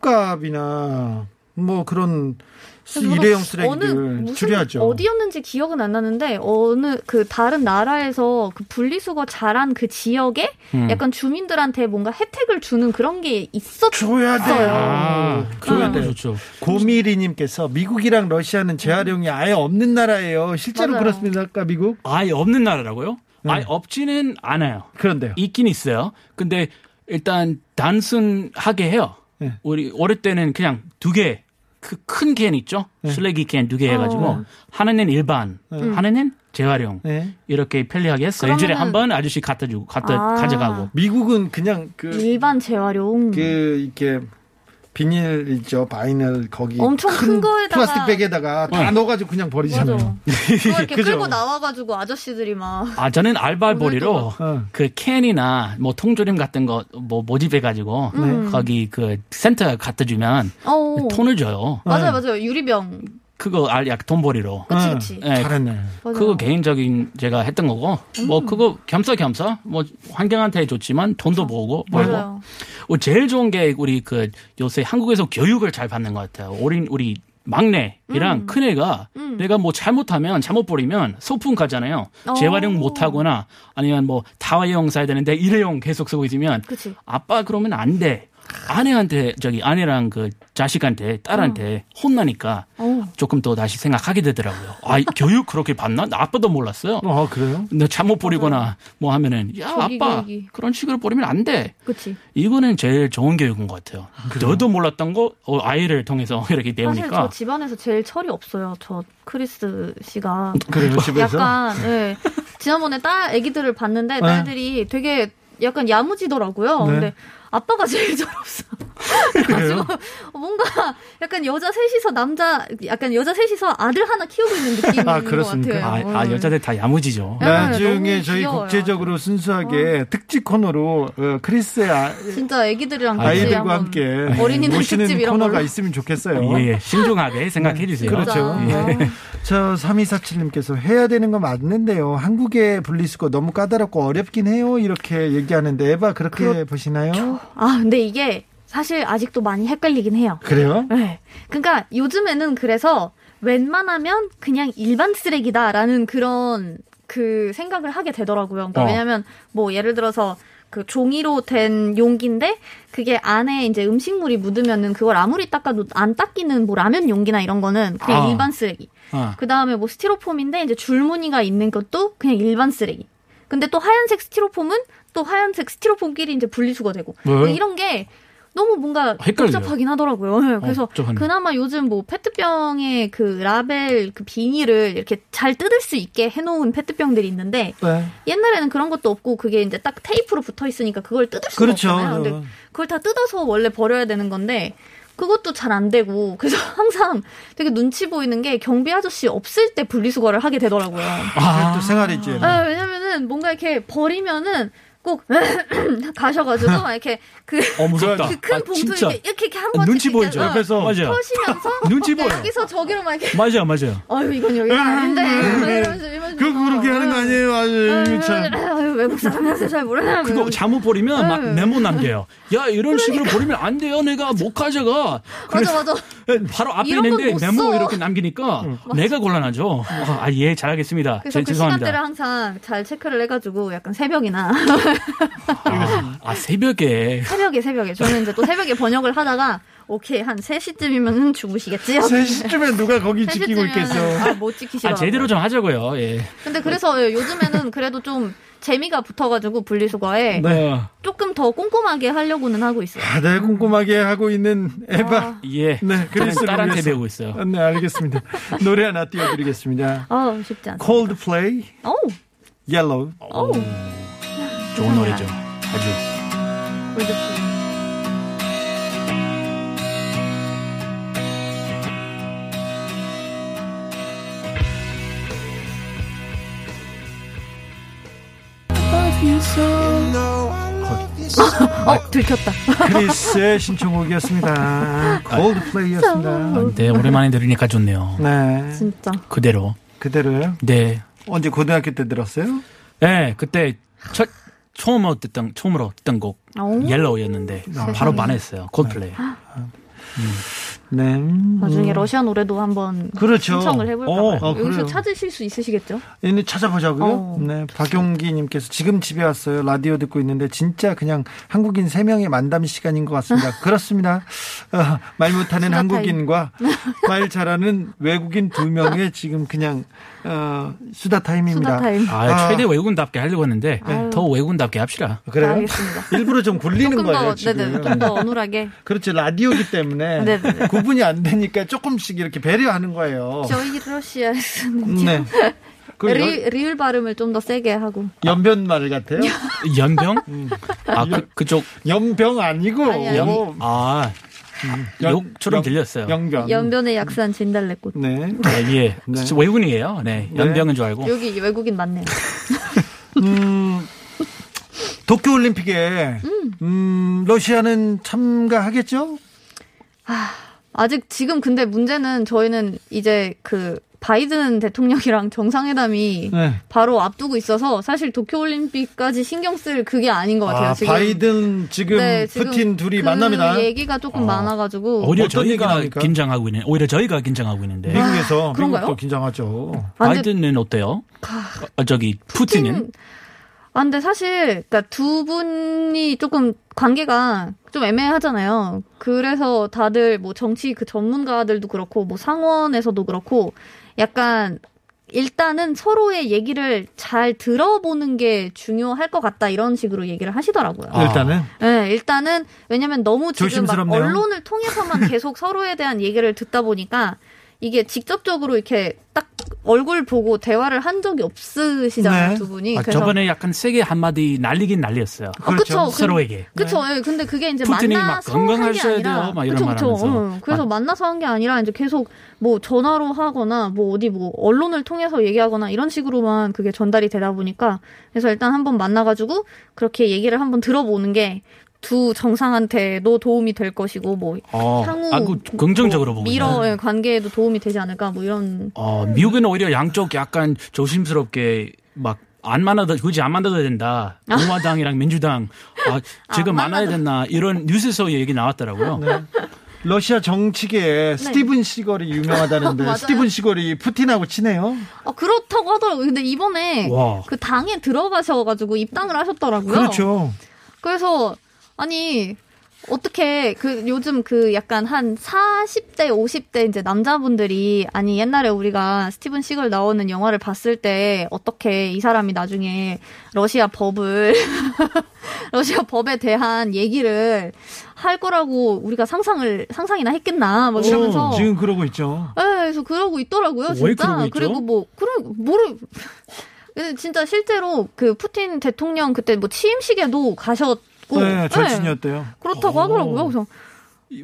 S4: 컵값이나 뭐 그런 쓰-
S7: 저도
S4: 일회용
S7: 어느
S4: 쓰레기를
S7: 무슨
S4: 줄여야죠.
S7: 어디였는지 기억은 안 나는데 어느 그 다른 나라에서 그 분리수거 잘한 그 지역에
S6: 음.
S7: 약간 주민들한테 뭔가 혜택을 주는 그런 게 있었어요.
S4: 줘야 돼요.
S6: 아,
S7: 음.
S4: 줘야
S6: 그러면
S4: 돼요.
S6: 좋죠.
S4: 고미리님께서 미국이랑 러시아는 재활용이 아예 없는 나라예요. 실제로
S7: 맞아요.
S4: 그렇습니다. 아까 미국
S6: 아예 없는 나라라고요?
S4: 네.
S6: 아예 없지는 않아요.
S4: 그런데요.
S6: 있긴 있어요. 근데 일단 단순하게 해요.
S4: 네.
S6: 우리 어릴 때는 그냥 두 개, 그큰캔 있죠?
S4: 네.
S6: 슬래기 캔 두 개 해가지고
S7: 어. 음.
S6: 하나는 일반, 하나는 재활용
S4: 네.
S6: 이렇게 편리하게 했어요. 일주일에
S7: 그러면은-
S6: 한 번 아저씨 갖다 주고 갖다
S7: 아.
S6: 가져가고.
S4: 미국은 그냥 그,
S7: 일반 재활용
S4: 그 이렇게 비닐 있죠 바이널 거기
S7: 엄청 큰 거에다가- 네.
S4: 플라스틱 백에다가 다
S6: 어.
S4: 넣어가지고 그냥 버리잖아요.
S7: 맞아. 그거 이렇게
S4: 그죠?
S7: 끌고 나와가지고 아저씨들이 막
S6: 아 저는 알바벌이로
S4: 오늘도 막-
S6: 그 캔이나 뭐 통조림 같은 거 뭐 모집해가지고
S7: 음. 네.
S6: 거기 그 센터 갖다 주면
S7: 어
S6: 톤을 줘요.
S7: 맞아요 맞아요 유리병
S6: 그거 알약돈 벌이로.
S7: 그치
S4: 응.
S7: 그치
S6: 예,
S4: 잘했네.
S7: 맞아요. 음.
S6: 그거 개인적인 제가 했던 거고 뭐 그거 겸사겸사 뭐 환경한테 좋지만 돈도 모으고 벌고
S7: 맞아요.
S6: 어, 제일 좋은 게 우리 그 요새 한국에서 교육을 잘 받는 것 같아요. 우리 우리
S7: 음.
S6: 막내이랑 큰애가 내가 뭐 잘못하면 잘못 버리면 소풍 가잖아요.
S7: 어.
S6: 재활용 못하거나 아니면 뭐 다회용 사야 되는데 일회용 계속 쓰고 있으면
S7: 그치.
S6: 아빠 그러면 안 돼. 아내한테 저기 아내랑 그 자식한테 딸한테 혼나니까
S7: 어.
S6: 조금 더 다시 생각하게 되더라고요. 아 이 교육 그렇게 받나? 나 아빠도 몰랐어요.
S4: 아 그래요?
S6: 너 잘못 버리거나 뭐 하면은 야
S7: 저기,
S6: 아빠
S7: 저기.
S6: 그런 식으로 버리면 안 돼.
S7: 그치.
S6: 이거는 제일 좋은 교육인 것 같아요. 너도 몰랐던 거 어, 아이를 통해서 이렇게
S7: 사실 저
S6: 배우니까.
S7: 집안에서 제일 철이 없어요. 저 크리스 씨가
S4: 그래요 집에서
S7: 약간 예. 지난번에 딸 아기들을 봤는데 딸들이 되게 약간 야무지더라고요.
S4: 네.
S7: 근데 아빠가 제일 철없어.
S4: 그래요?
S7: 뭔가 약간 여자 셋이서 남자 약간 여자 셋이서 아들 하나 키우고 있는 느낌인
S4: 아,
S7: 것
S4: 그렇습니까?
S7: 같아요.
S6: 아, 아,
S7: 음.
S6: 여자들 다 야무지죠.
S7: 네,
S4: 나중에
S7: 너무
S4: 저희
S7: 귀여워요. 어.
S4: 국제적으로 순수하게 특집 코너로 어, 크리스의 아,
S7: 음. 진짜 아기들이랑 같이
S4: 아이들과
S7: 한번
S4: 함께
S7: 어린이날
S4: 모시는
S7: 특집 이런
S4: 코너가
S7: 걸로.
S4: 있으면 좋겠어요.
S6: 예, 예. 신중하게 생각해 주세요. 예.
S4: 그렇죠.
S7: 진짜.
S4: 네. 저 3247님께서 해야 되는 거 맞는데요. 한국의 분리수거 너무 까다롭고 어렵긴 해요. 이렇게 얘기하는데 에바 그렇게 보시나요?
S7: 아, 근데 이게 사실 아직도 많이 헷갈리긴 해요.
S4: 그래요?
S7: 네. 그러니까 요즘에는 그래서 웬만하면 그냥 일반 쓰레기다라는 그런 그 생각을 하게 되더라고요. 그러니까
S6: 어.
S7: 왜냐면 뭐 예를 들어서 그 종이로 된 용기인데 그게 안에 이제 음식물이 묻으면은 그걸 아무리 닦아도 안 닦이는 뭐 라면 용기나 이런 거는 그냥
S6: 아.
S7: 일반 쓰레기.
S6: 아.
S7: 그 다음에 뭐 스티로폼인데 이제 줄무늬가 있는 것도 그냥 일반 쓰레기. 근데 또 하얀색 스티로폼은 또 하얀색 스티로폼끼리 이제 분리수거 되고. 뭐
S6: 네.
S7: 이런 게 너무 뭔가
S6: 헷갈려요.
S7: 복잡하긴 하더라고요. 네, 그래서
S6: 어, 복잡하네.
S7: 그나마 요즘 뭐 페트병의 그 라벨 그 비닐을 이렇게 잘 뜯을 수 있게 해놓은 페트병들이 있는데
S4: 네.
S7: 옛날에는 그런 것도 없고 그게 이제 딱 테이프로 붙어 있으니까 그걸 뜯을 수가
S4: 그렇죠.
S7: 없잖아요.
S6: 어.
S7: 근데 그걸 다 뜯어서 원래 버려야 되는 건데 그것도 잘 안 되고 그래서 항상 되게 눈치 보이는 게 경비 아저씨 없을 때 분리수거를 하게 되더라고요.
S4: 아, 또 생활이지.
S7: 아, 왜냐면은 뭔가 이렇게 버리면은 꼭 가셔가지고 막 이렇게 그
S6: 어, 무섭다.
S7: 그 큰
S6: 아,
S7: 봉투
S6: 진짜.
S7: 이렇게 이렇게 한 번씩
S6: 눈치
S7: 이렇게
S6: 보이죠.
S7: 어,
S6: 옆에서. 맞아요.
S7: 터시면서
S6: 눈치
S7: 그러니까
S6: 보여.
S7: 여기서 저기로 막 이렇게
S6: 맞아요, 맞아요.
S7: 아유 이건 여기가 아닌데 막 이러면서 이러면서
S4: 그 그렇게 하는 거 아니에요? 아유, 참.
S7: 아유 외국 사람이라서 잘 모르는
S6: 그거 잘못 버리면 막
S7: 음.
S6: 메모 남겨요. 야, 이런 식으로 버리면 안 돼요. 내가 못 가져가.
S7: 그러니까. 맞아 맞아
S6: 바로 앞에
S7: 이런 건
S6: 있는데
S7: 못
S6: 메모
S7: 써. 음.
S6: 이렇게 남기니까 내가 곤란하죠. 아, 예, 잘하겠습니다.
S7: 그래서
S6: 제-
S7: 그
S6: 죄송합니다.
S7: 시간대를 항상 잘 체크를 해가지고 약간 새벽이나
S6: 아, 아, 새벽에.
S7: 음.
S6: 아,
S7: 새벽에 새벽에 저는 이제 또 새벽에 번역을 하다가 오케이 한 3시쯤이면 주무시겠지요?
S4: 3시쯤에 누가 거기 지키고
S7: 3시쯤이면은
S4: 있겠어.
S7: 아, 못
S6: 아,
S7: 지키시라고.
S6: 제대로 좀 하자고요. 예.
S7: 근데 그래서 요즘에는 그래도 좀 재미가 붙어가지고 분리수거에
S6: 네.
S7: 조금 더 꼼꼼하게 하려고는 하고 있어요.
S4: 다들 꼼꼼하게 하고 있는 에바.
S6: 예.
S4: 네,
S6: 저는
S4: 그리스를
S6: 딸한테
S4: 위해서.
S6: 배우고 있어요.
S4: 네, 알겠습니다. 노래 하나 띄워드리겠습니다.
S7: 아 쉽지 않다.
S4: Coldplay,
S7: 오,
S4: Yellow.
S7: 오,
S6: 어, 좋은 노래죠. 아주.
S7: 어 들켰다.
S4: 크리스의
S6: 아,
S4: 신청곡이었습니다. Coldplay였습니다.
S6: 네, 오랜만에 들으니까 좋네요.
S4: 네,
S7: 진짜.
S6: 그대로.
S4: 그대로요.
S6: 네.
S4: 언제 고등학교 때 들었어요?
S6: 네, 그때 첫, 처음으로 듣던, 처음으로 듣던 곡,
S7: 오.
S6: 옐로우였는데, 바로 반했어요. 콜플레이.
S4: 네. 음.
S7: 나중에 러시아 노래도 한번
S4: 그렇죠.
S7: 신청을 해볼까요?
S4: 어, 어,
S7: 여기서
S4: 그래요.
S7: 찾으실 수 있으시겠죠?
S4: 얘네 찾아보자고요.
S7: 어.
S4: 네, 박용기님께서 지금 집에 왔어요. 라디오 듣고 있는데 진짜 그냥 한국인 세 명의 만담 시간인 것 같습니다. 그렇습니다. 어, 말 못하는
S7: 수다 타임.
S4: 한국인과
S7: 네.
S4: 말 잘하는 외국인 두 명의 지금 그냥 어, 수다 타임입니다.
S7: 수다 타임.
S6: 아, 최대 외국인답게 하려고 했는데,
S7: 아유.
S6: 더 외국인답게 합시다.
S4: 그래요?
S7: 알겠습니다.
S4: 일부러 좀 굴리는
S7: 조금
S4: 거예요
S7: 더,
S4: 지금.
S7: 네네, 좀더 어눌하게.
S4: 그렇지 라디오기 때문에
S7: 네네네.
S4: 구분이 안 되니까 조금씩 이렇게 배려하는 거예요.
S7: 저희 러시아에서는
S4: 어. 네. 그 연,
S7: 리, 리을 발음을 좀 더 세게 하고.
S4: 연변 말 같아요.
S6: 연병? 아, 그, 그쪽,
S4: 연병 아니고
S7: 아니, 아니.
S6: 연,
S4: 뭐
S6: 아,
S4: 연-
S6: 욕처럼
S4: 연-
S6: 들렸어요.
S4: 연변.
S7: 연변의 약산 진달래꽃.
S4: 네.
S6: 네, 예. 진짜 외국인이에요. 네. 연병인 줄
S4: 어.
S6: 알고.
S7: 여기 외국인 맞네요.
S4: 음, 도쿄올림픽에 음, 러시아는 참가하겠죠?
S7: 아직 지금 근데 문제는 저희는 이제 그 바이든 대통령이랑 정상회담이
S4: 네.
S7: 바로 앞두고 있어서 사실 도쿄올림픽까지 신경 쓸 그게 아닌 것 같아요.
S4: 아,
S7: 지금.
S4: 바이든 지금
S7: 네, 지금
S4: 푸틴 둘이
S7: 그
S4: 만납니다. 어.
S7: 얘기가 조금 많아가지고
S6: 오히려
S4: 어떤 얘기를
S6: 저희가
S4: 합니까?
S6: 긴장하고 있는, 오히려 저희가 긴장하고
S4: 네.
S6: 있는데.
S4: 미국에서
S7: 아, 그런가요?
S4: 미국도 긴장하죠.
S7: 아, 근데
S6: 바이든은 어때요? 아, 저기, 푸틴은?
S7: 아, 근데 사실, 그니까 두 분이 조금 관계가 좀 애매하잖아요. 그래서 다들 뭐 정치 그 전문가들도 그렇고, 뭐 상원에서도 그렇고, 약간, 일단은 서로의 얘기를 잘 들어보는 게 중요할 것 같다, 이런 식으로 얘기를 하시더라고요.
S6: 아.
S4: 일단은
S7: 네, 일단은 왜냐면 너무 지금 막
S4: 조심스럽네요.
S7: 언론을 통해서만 계속 서로에 대한 얘기를 듣다 보니까 이게 직접적으로 이렇게 딱 얼굴 보고 대화를 한 적이 없으시잖아요
S4: 네.
S7: 두 분이.
S6: 아, 저번에 약간 세게 한마디 날리긴 날렸어요.
S7: 어,
S4: 그렇죠.
S7: 그쵸. 그-
S6: 그렇죠. 서로에게.
S7: 그쵸. 예, 근데 그게 이제
S6: 푸틴이 막
S7: 만나서 한 게
S6: 건강하셔야
S7: 아니라,
S6: 돼요, 막 이런
S7: 그쵸,
S6: 말
S7: 그쵸.
S6: 하면서.
S7: 어, 그래서
S6: 아.
S7: 만나서 한 게 아니라 이제 계속 뭐 전화로 하거나 뭐 어디 뭐 언론을 통해서 얘기하거나 이런 식으로만 그게 전달이 되다 보니까 그래서 일단 한번 만나가지고 그렇게 얘기를 한번 들어보는 게 두 정상한테도 도움이 될 것이고 뭐
S6: 어,
S7: 향후
S6: 아, 그 긍정적으로
S7: 뭐
S6: 보고.
S7: 미러의 관계에도 도움이 되지 않을까 뭐 이런
S6: 어, 미국은 오히려 양쪽 약간 조심스럽게 막 안 만나도 굳이 안 만나도 된다. 공화당이랑 민주당 아, 지금
S7: 아. 안 네.
S6: 만나야 된다. 이런 뉴스에서 얘기 나왔더라고요.
S4: 러시아 정치계에 스티븐 시걸이 유명하다는데
S7: 맞아요.
S4: 스티븐 시걸이 푸틴하고 친해요.
S7: 아 그렇다고 하더라고요. 근데 이번에
S6: 와.
S7: 그 당에 들어가셔가지고 입당을 하셨더라고요.
S4: 그렇죠.
S7: 그래서 아니 어떻게 그 요즘 그 약간 한 40대 50대 이제 남자분들이 아니 옛날에 우리가 스티븐 시걸 나오는 영화를 봤을 때 어떻게 이 사람이 나중에 러시아 법을 러시아 법에 대한 얘기를 할 거라고 우리가 상상을 상상이나 했겠나 막 이러면서
S4: 지금 그러고 있죠.
S7: 예, 그래서 그러고 있더라고요,
S6: 어, 왜
S7: 진짜.
S6: 그러고 있죠?
S7: 그리고뭐 그런 모르 근데 진짜 실제로 그 푸틴 대통령 그때 뭐 취임식에도 가셨고
S4: 네,
S7: 예,
S4: 절친이었대요.
S7: 그렇다고
S6: 어.
S7: 하더라고요. 그래서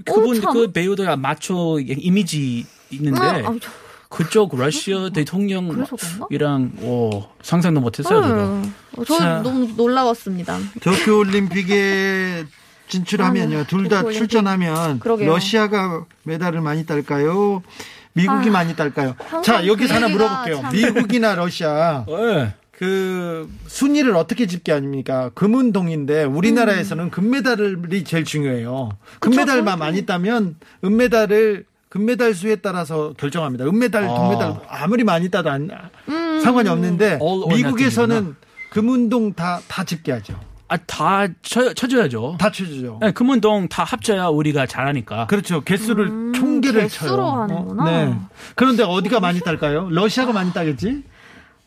S6: 그분
S7: 어, 참.
S6: 그 배우도 약간 마초 이미지 있는데
S7: 아, 아,
S6: 그쪽 러시아
S7: 그래서 그런가?
S6: 대통령이랑 오, 상상도 못했어요. 저도.
S7: 예, 저는 너무 놀라웠습니다.
S4: 도쿄올림픽에 진출하면요.
S7: 아유,
S4: 둘 다
S7: 도쿄올림픽.
S4: 출전하면
S7: 그러게요.
S4: 러시아가 메달을 많이 딸까요? 미국이
S7: 아,
S4: 많이 딸까요?
S7: 항상
S4: 자, 여기서
S7: 그
S4: 하나
S7: 얘기가
S4: 물어볼게요.
S7: 참-
S4: 미국이나 러시아
S6: 예.
S4: 그 순위를 어떻게 집계합니까? 금운동인데
S7: 음.
S4: 우리나라에서는 금메달이 제일 중요해요.
S7: 그렇죠.
S4: 금메달만 많이 따면 은메달을 금메달 수에 따라서 결정합니다. 은메달,
S6: 아.
S4: 동메달 아무리 많이 따도 안- 상관이 없는데
S7: 음.
S6: All or
S4: 미국에서는
S6: nothing이구나.
S4: 금운동 다 다 집계하죠.
S6: 아, 아, 다 쳐, 쳐줘야죠.
S4: 다 쳐주죠.
S6: 네, 금운동 다 합쳐야 우리가 잘하니까.
S4: 그렇죠. 개수를 총계를
S7: 음, 개수로
S4: 쳐요. 어? 네.
S7: 하는구나.
S4: 그런데 어디가 많이 딸까요? 러시아가 많이 따겠지?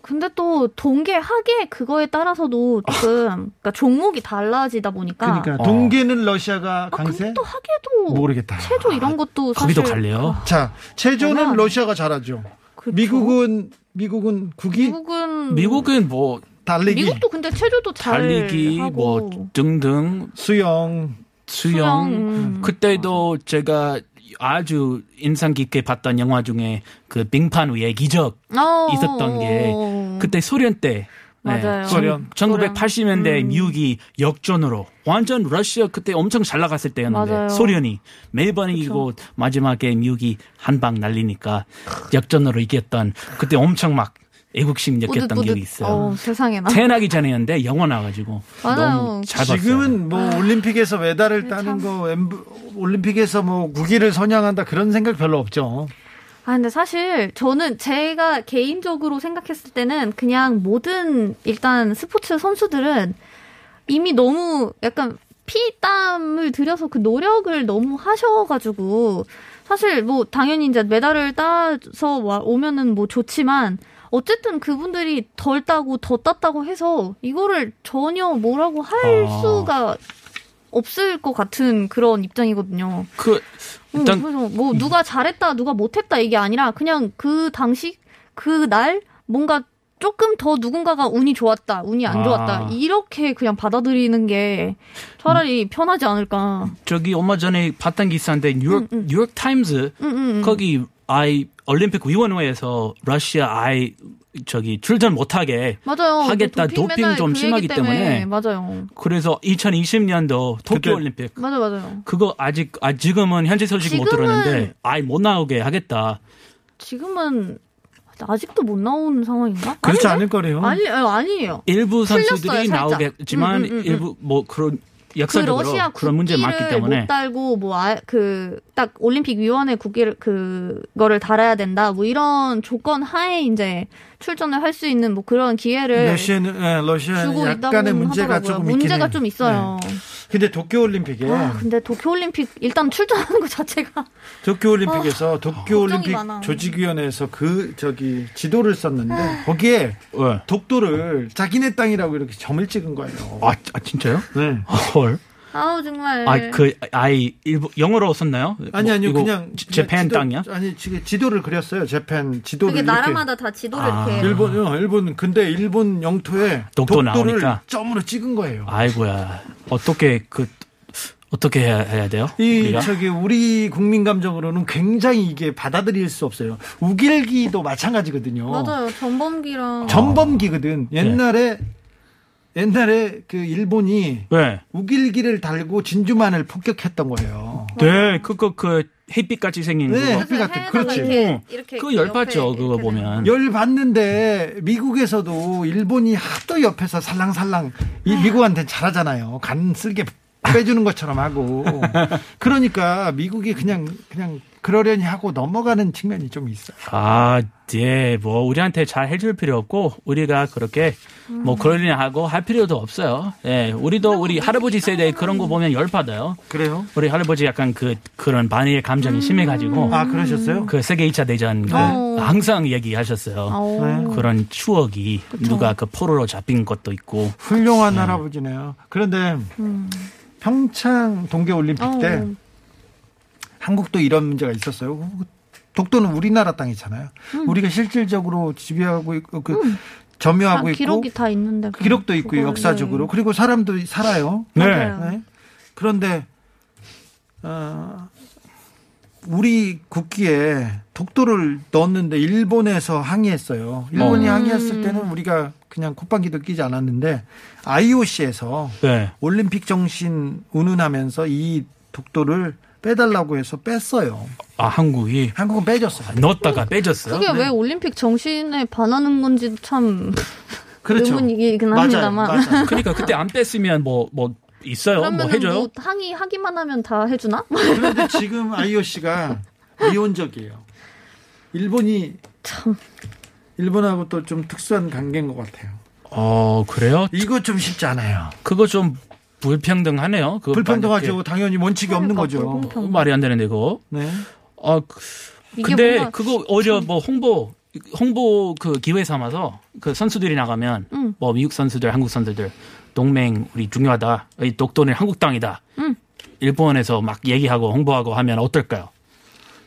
S7: 근데 또 동계 하계 그거에 따라서도 조금 그러니까 종목이 달라지다 보니까
S4: 그러니까
S6: 어.
S4: 동계는 러시아가
S7: 아,
S4: 강세?
S7: 근데 또 하계도
S4: 모르겠다.
S7: 체조 이런 것도 사실
S6: 아, 거기도 갈래요.
S4: 자, 체조는
S7: 장난 아니야.
S4: 러시아가 잘하죠.
S7: 그쵸?
S4: 미국은 미국은 국이
S7: 미국은
S6: 미국은 뭐
S4: 달리기,
S7: 미국도 근데 체조도 잘
S6: 달리기
S7: 하고
S6: 뭐 등등
S4: 수영,
S6: 수영.
S7: 수영, 음.
S6: 그때도 제가 아주 인상 깊게 봤던 영화 중에 그 빙판 위의 기적
S7: 어,
S6: 있었던 게
S7: 어,
S6: 그때 소련 때
S7: 맞아요. 음.
S4: 소련.
S6: 1980년대 미국이 역전으로 완전 러시아 그때 엄청 잘 나갔을 때였는데
S7: 맞아요.
S6: 소련이 매번 이기고 마지막에 미국이 한 방 날리니까 역전으로 이겼던 그때 엄청 막 애국심 느꼈던
S7: 뿌듯뿌듯.
S6: 기억이 있어요.
S7: 어, 세상에 나.
S6: 태어나기 전이었는데 영화 나가지고
S7: 맞아요.
S6: 너무 잘 봤어요.
S4: 지금은 뭐
S7: 아.
S4: 올림픽에서
S7: 네,
S4: 메달을 따는 거, 엠브- 올림픽에서 뭐 국기를 선양한다 그런 생각 별로 없죠.
S7: 아 근데 사실 저는 제가 개인적으로 생각했을 때는 그냥 모든 일단 스포츠 선수들은 이미 너무 약간 피땀을 들여서 그 노력을 너무 하셔가지고 사실 뭐 당연히 이제 메달을 따서 와- 오면은 뭐 좋지만 어쨌든 그분들이 덜 따고 더 땄다고 해서 이거를 전혀 뭐라고 할
S6: 아.
S7: 수가 없을 것 같은 그런 입장이거든요.
S6: 그
S7: 음,
S6: 일단
S7: 그래서 뭐 누가 잘했다 누가 못했다 이게 아니라 그냥 그 당시 그 날 뭔가 조금 더 누군가가 운이 좋았다 운이 안
S6: 아.
S7: 좋았다 이렇게 그냥 받아들이는 게 차라리
S6: 음.
S7: 편하지 않을까
S6: 저기 얼마 전에 봤던 기사인데 뉴욕 뉴욕 타임즈
S7: 음, 음, 음.
S6: 거기 아이 올림픽 위원회에서 러시아 아이 저기 출전 못하게
S7: 맞아요
S6: 하겠다,
S7: 그 도핑
S6: 도핑
S7: 맨날
S6: 좀
S7: 그 얘기
S6: 심하기 때문에.
S7: 맞아요
S6: 그래서 2020년도
S4: 그때-
S6: 도쿄 올림픽
S7: 맞아 맞아요
S6: 그거 아직 아 지금은 현재 소식 못
S7: 지금은-
S6: 들었는데 아예 못 나오게 하겠다.
S7: 지금은 아직도 못 나오는 상황인가
S6: 그렇죠.
S4: 그렇지 않을 거래요.
S7: 아니 아니, 아니에요
S6: 일부
S7: 풀렸어요,
S6: 선수들이
S7: 살짝.
S6: 나오겠지만
S7: 음, 음, 음, 음.
S6: 일부 뭐 그런
S7: 그
S6: 역사적으로
S7: 러시아
S6: 그런 문제 많기
S7: 국기를
S6: 때문에
S7: 못 달고 뭐 그 딱 올림픽 위원회 국기를 그거를 달아야 된다 뭐 이런 조건 하에 이제 출전을 할 수 있는 뭐 그런 기회를
S4: 러시아는 예, 러시아는
S7: 주고 있다
S4: 약간의
S7: 보면
S4: 문제가
S7: 하더라고요.
S4: 조금 있긴
S7: 문제가
S4: 해요.
S7: 좀 있어요.
S4: 네. 근데 도쿄 올림픽에
S7: 아, 근데 도쿄 올림픽 일단 출전하는 것 자체가
S4: 도쿄 올림픽에서 도쿄 올림픽
S7: 아, 많아.
S4: 조직위원회에서 그 저기 지도를
S7: 아.
S4: 썼는데 거기에
S6: 예.
S4: 독도를 자기네 땅이라고 이렇게 점을 찍은 거예요.
S6: 아, 아, 진짜요?
S4: 네.
S6: 헐.
S7: 아우 정말
S6: 아 그 아이 일부 영어로 썼나요?
S4: 아니
S6: 뭐
S4: 아니요
S6: 이거
S4: 그냥
S6: 제-
S4: 그냥
S6: 재팬
S4: 지도-
S6: 땅이야?
S4: 아니 지금 지도를 그렸어요. 재팬 지도를
S7: 그게
S4: 이렇게.
S7: 나라마다 다 지도를
S6: 아.
S7: 이렇게
S4: 일본 어, 일본 근데 일본 영토에
S6: 독도
S4: 독도 를
S6: 나오니까.
S4: 점으로 찍은 거예요.
S6: 아이고야 어떻게 그 어떻게 해야, 해야 돼요?
S4: 이
S6: 우리가?
S4: 저기 우리 국민 감정으로는 굉장히 이게 받아들일 수 없어요. 우길기도 마찬가지거든요.
S7: 맞아요 전범기랑
S4: 전범기거든.
S7: 네.
S4: 옛날에 옛날에 그 일본이
S6: 네.
S4: 우길기를 달고 진주만을 폭격했던 거예요.
S6: 네, 그거 그 햇빛 같이 생긴
S4: 네.
S6: 거.
S4: 커피
S7: 그래서
S4: 같은-
S7: 음. 해에다가
S4: 그렇지.
S7: 이렇게, 이렇게
S6: 그거
S7: 이렇게
S6: 열받죠,
S7: 옆에
S6: 그거
S7: 이렇게
S6: 보면.
S4: 열 받는데 미국에서도 일본이 하도 옆에서 살랑살랑 이 미국한테 잘하잖아요. 간 쓸게 빼주는 것처럼 하고 그러니까 미국이 그냥 그냥 그러려니 하고 넘어가는 측면이 좀 있어요.
S6: 아, 예, 뭐 우리한테 잘 해줄 필요 없고 우리가 그렇게 뭐
S7: 음.
S6: 그런 일 하고 할 필요도 없어요. 예, 우리도 우리 할아버지 세대 그런 거 보면 열 받아요.
S4: 그래요?
S6: 우리 할아버지 약간 그 그런 반의 감정이 심해가지고
S4: 아 그러셨어요?
S6: 그 세계 2차 대전 그
S7: 음. 어.
S6: 항상 얘기하셨어요.
S7: 아우.
S4: 네.
S6: 음. 그런 추억이 누가 그 포로로 잡힌 것도 있고
S4: 훌륭한 할아버지네요. 그런데 평창 동계올림픽 때
S7: 음. 어.
S4: 한국도 이런 문제가 있었어요. 그 독도는 우리나라 땅이잖아요.
S7: 음.
S4: 우리가 실질적으로 지배하고 있고 그 점유하고
S7: 아,
S4: 있고
S7: 기록이 다 있는데 네.
S4: 기록도 있고
S7: 그거를-
S4: 역사적으로 그리고 사람도 살아요.
S6: 네.
S7: 맞아요.
S4: 네. 그런데 어, 우리 국기에 독도를 넣었는데 일본에서 항의했어요. 일본이
S6: 음.
S4: 항의했을 때는 우리가 그냥 콧방귀도 끼지 않았는데 IOC에서
S6: 네.
S4: 올림픽 정신 운운하면서 이 독도를 빼달라고 해서 뺐어요.
S6: 아 한국이
S4: 한국은 빼줬어요.
S6: 넣었다가 빼졌어요.
S4: 네.
S7: 그게 왜 올림픽 정신에 반하는 건지 참 의문이긴
S4: 그렇죠. 맞아요.
S7: 합니다만.
S4: 맞아요. 뭐
S6: 그러니까 그때 안 뺐으면 뭐 뭐 있어요? 뭐
S7: 그러면
S6: 해줘요?
S7: 뭐 항의하기만 하면 다 해주나?
S4: 그런데 지금 IOC가 미온적이에요. 일본이 참 일본하고 또 좀 특수한 관계인 것 같아요.
S6: 어 그래요?
S4: 이거 좀 쉽지 않아요.
S6: 그거 좀 불평등하네요. 그거
S4: 불평등하죠. 당연히 원칙이 없는
S7: 그러니까
S4: 거죠.
S7: 불공평.
S6: 만약에- 말이 안 되는데 그거.
S4: 네.
S6: 어
S7: 이게
S6: 근데
S7: 뭔가-
S6: 그거 오히려 뭐 홍보 홍보 그 기회 삼아서 그 선수들이 나가면
S7: 음.
S6: 뭐 미국 선수들, 한국 선수들 동맹 우리 중요하다. 이 독도는 한국 땅이다.
S7: 음.
S6: 일본에서 막 얘기하고 홍보하고 하면 어떨까요?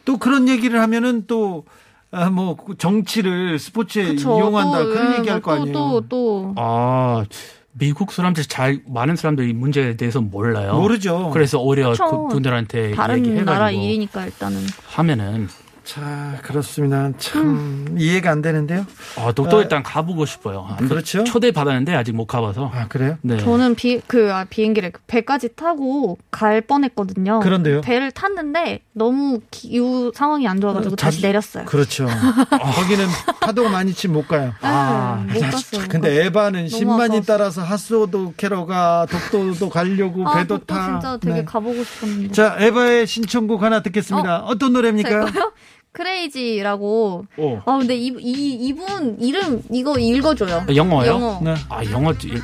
S4: 또 그런 얘기를 하면은 또 아, 뭐, 정치를 스포츠에
S7: 그쵸,
S4: 이용한다.
S7: 또,
S4: 그런
S7: 예,
S4: 얘기 할
S7: 뭐
S4: 거
S7: 또,
S4: 아니에요.
S7: 또, 또.
S6: 아 미국 사람들 잘 많은 사람들이 이 문제에 대해서 몰라요.
S4: 모르죠.
S6: 그래서 오히려
S7: 그쵸.
S4: 네,
S6: 그분들한테
S7: 다른 나라
S6: 얘기해가지고
S7: 일이니까 일단은.
S6: 하면은
S4: 자, 그렇습니다. 참, 이해가 안 되는데요.
S6: 아, 독도
S4: 아,
S6: 일단 가보고 싶어요. 아,
S4: 그렇죠.
S6: 초대 받았는데 아직 못 가봐서.
S4: 아, 그래요?
S6: 네.
S7: 저는 비, 그, 아, 비행기를 그 배까지 타고 갈 뻔했거든요.
S4: 그런데요?
S7: 배를 탔는데 너무 기후 상황이 안 좋아가지고
S4: 어,
S7: 다시
S4: 자주-
S7: 내렸어요.
S4: 그렇죠. 거기는 파도가 많이 치면 못 가요.
S6: 아,
S7: 네, 못 갔어요.
S4: 근데 에바는
S7: 너무
S4: 10만이
S7: 아까웠어.
S4: 따라서 핫소도 캐러가 독도도 가려고
S7: 아,
S4: 그 배도
S7: 독도
S4: 타.
S7: 진짜 되게
S4: 네.
S7: 가보고 싶었는데.
S4: 자, 에바의 신청곡 하나 듣겠습니다. 어, 떤 노래입니까?
S7: 제가요? 크레이지라고.
S6: 오.
S7: 아, 근데 이, 이, 이분 이름 이거 읽어줘요.
S6: 영어요?
S7: 영어.
S4: 네.
S6: 아, 영어. 일-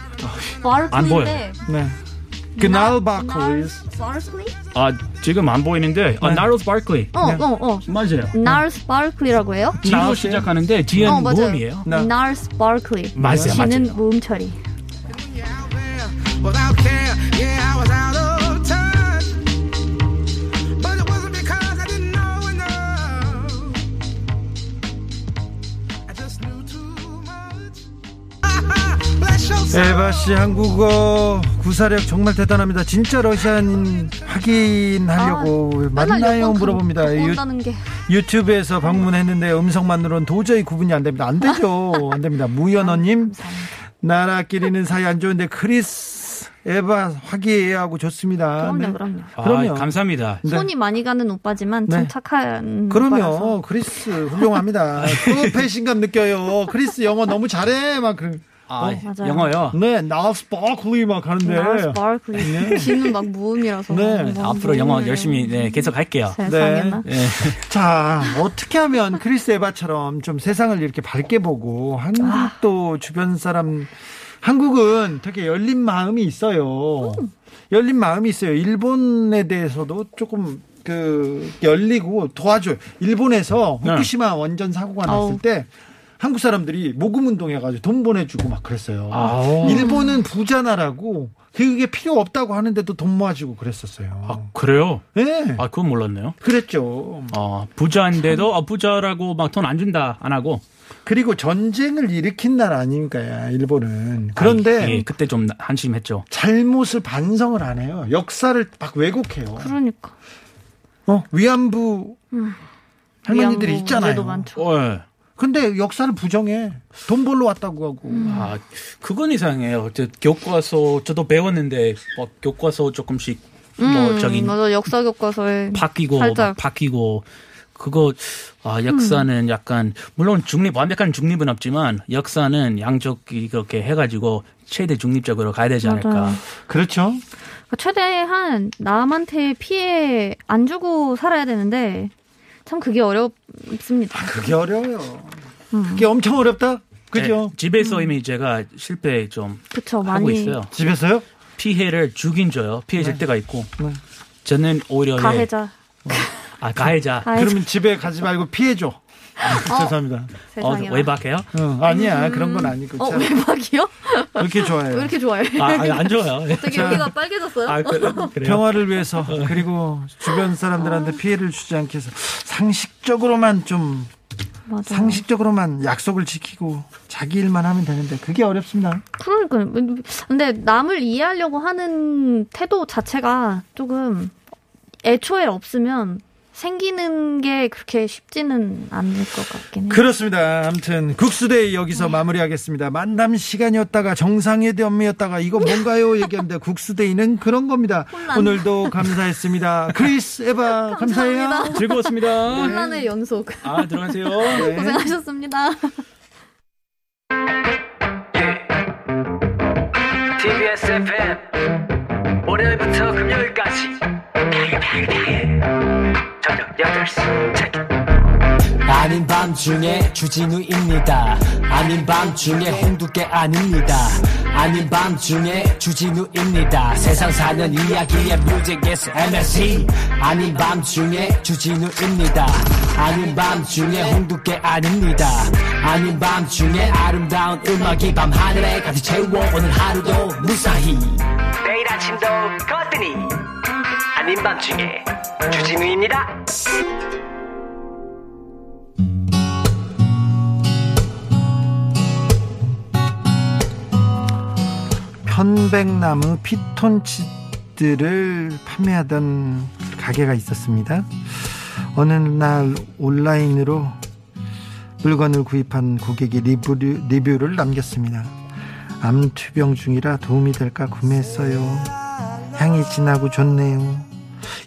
S7: 말을
S6: 안 보여요.
S7: 푸는데.
S4: 네. 그날 바코이스.
S6: 아, 지금 안 보이는데.
S4: 네.
S6: 아, 나로스 바클리.
S7: 어, 어, 어.
S6: 맞아요.
S7: 나르스 바클리라고 해요?
S6: G로 시작하는데 G는
S7: 어, 맞아요.
S6: 모음이에요.
S4: 나-
S7: 나르스 바클리.
S6: 맞아요,
S7: 지는
S6: 맞아요.
S7: 모음 처리.
S5: without care. Yeah, I was out of touch. But it wasn't because I didn't know enough. I just knew too much. Bless your soul.
S4: 에바 씨 한국어 구사력 정말 대단합니다. 진짜 러시아인 확인하려고
S7: 아, 맨날
S4: 맞나요
S7: 여권
S4: 물어봅니다. 네.
S7: 갖고
S4: 유,
S7: 온다는 게.
S4: 유튜브에서 방문했는데 음성만으로는 도저히 구분이 안 됩니다. 안 되죠. 안 됩니다. 무연어님 나라끼리는 사이 안 좋은데 크리스 에바 화기애애하고 좋습니다.
S7: 그럼요,
S4: 네.
S7: 그럼요.
S6: 아,
S4: 그럼요.
S6: 감사합니다.
S4: 네.
S7: 손이 많이 가는 오빠지만
S4: 네.
S7: 참 착한
S4: 그럼요.
S7: 오빠라서.
S4: 크리스 훌륭합니다. 또 배신감 느껴요. 크리스 영어 너무 잘해 막 그런.
S6: 아,
S7: 맞아요.
S6: 영어요.
S4: 네, 나우스 버클리 막
S7: 나르스
S4: 하는데.
S7: 바클리. 지는 막 모음이라서.
S4: 네.
S7: 너무
S6: 앞으로 영어
S7: 모음을
S6: 열심히 네, 계속 할게요.
S7: 세상에나.
S6: 네.
S4: 자, 어떻게 하면 크리스 에바처럼 좀 세상을 이렇게 밝게 보고 한국도 주변 사람 한국은 되게 열린 마음이 있어요. 열린 마음이 있어요. 일본에 대해서도 조금 그 열리고 도와줘요. 일본에서
S6: 네.
S4: 후쿠시마 원전 사고가 났을
S7: 아우.
S4: 때 한국 사람들이 모금 운동해가지고 돈 보내주고 막 그랬어요.
S6: 아우.
S4: 일본은 부자 나라고 그게 필요 없다고 하는데도 돈 모아주고 그랬었어요.
S6: 아, 그래요?
S4: 네,
S6: 아, 그건 몰랐네요.
S4: 그랬죠.
S6: 어, 부자인데도 아, 부자라고 막 돈 안 준다 안 하고
S4: 그리고 전쟁을 일으킨 나라 아닙니까 일본은
S6: 아,
S4: 그런데
S6: 예, 그때 좀 한심했죠.
S4: 잘못을 반성을 안 해요 역사를 막 왜곡해요
S7: 그러니까.
S4: 어, 위안부 할머니들이
S7: 음. 위안부 문제도
S4: 있잖아요
S7: 많죠.
S6: 어.
S4: 근데 역사를 부정해 돈 벌러 왔다고 하고
S7: 음.
S6: 아, 그건 이상해요. 저 교과서 저도 배웠는데 뭐 교과서 조금씩 뭐
S7: 음,
S6: 저기
S7: 맞아 역사 교과서에
S6: 바뀌고
S7: 살짝.
S6: 막 바뀌고 그거 아, 역사는
S7: 음.
S6: 약간 물론 중립 완벽한 중립은 없지만 역사는 양쪽 이렇게 해가지고 최대 중립적으로 가야 되지 않을까.
S7: 맞아요.
S4: 그렇죠
S7: 그러니까 최대한 남한테 피해 안 주고 살아야 되는데 참 그게 어렵습니다.
S4: 그게 어려워요
S7: 음.
S4: 그게 엄청 어렵다 그죠
S6: 네, 집에서 이미 제가 실패 좀
S7: 그쵸 음. 많이
S6: 하고 있어요.
S4: 집에서요
S6: 피해를 주긴 줘요. 피해질 때가 있고 저는 오히려 예,
S7: 네. 가해자.
S6: 아 가해자.
S7: 가해자.
S4: 그러면 집에 가지 말고 피해줘 아, 죄송합니다
S6: 어,
S7: 세상에.
S6: 외박해요?
S4: 어, 아니야 그런 건 아니고
S7: 어
S4: 참
S7: 외박이요?
S4: 왜 이렇게
S7: 왜
S4: 좋아해요
S7: 이렇게 좋아해?
S6: 아, 아니, 안 좋아요.
S7: 되게 여기가 빨개졌어요.
S6: 아, 그, 그래요?
S4: 평화를 위해서 그리고 주변 사람들한테 피해를 주지 않게 해서 상식적으로만 좀
S7: 맞아.
S4: 상식적으로만 약속을 지키고 자기 일만 하면 되는데 그게 어렵습니다.
S7: 그러니까 근데 남을 이해하려고 하는 태도 자체가 조금 애초에 없으면 생기는 게 그렇게 쉽지는 않을 것 같긴 해요.
S4: 그렇습니다. 아무튼 국수데이 여기서 마무리하겠습니다. 만남 시간이었다가 정상회담이었다가 이거 뭔가요 얘기합니다. 국수데이는 그런 겁니다. 오늘도 감사했습니다. 크리스 에바 감사해요.
S6: 즐거웠습니다.
S7: 혼란의 연속.
S6: 아, 들어가세요.
S7: 네. 고생하셨습니다.
S2: TBS FM 월요일부터 금요일까지 저녁 8시 체크
S6: 아닌 밤중에 주진우입니다 아닌 밤중에 홍두깨 아닙니다 아닌 밤중에 주진우입니다 세상 사는 이야기의 뮤직 is MSC 아닌 밤중에 주진우입니다 아닌 밤중에 홍두깨 아닙니다 아닌 밤중에 아름다운 음악이 밤하늘에 가득 채워 오늘 하루도 무사히
S2: 내일 아침도 거뜬히 아닌 밤중에 주진우입니다.
S4: 편백나무 피톤치드를 판매하던 가게가 있었습니다. 어느 날 온라인으로 물건을 구입한 고객이 리뷰, 리뷰를 남겼습니다. 암투병 중이라 도움이 될까 구매했어요. 향이 진하고 좋네요.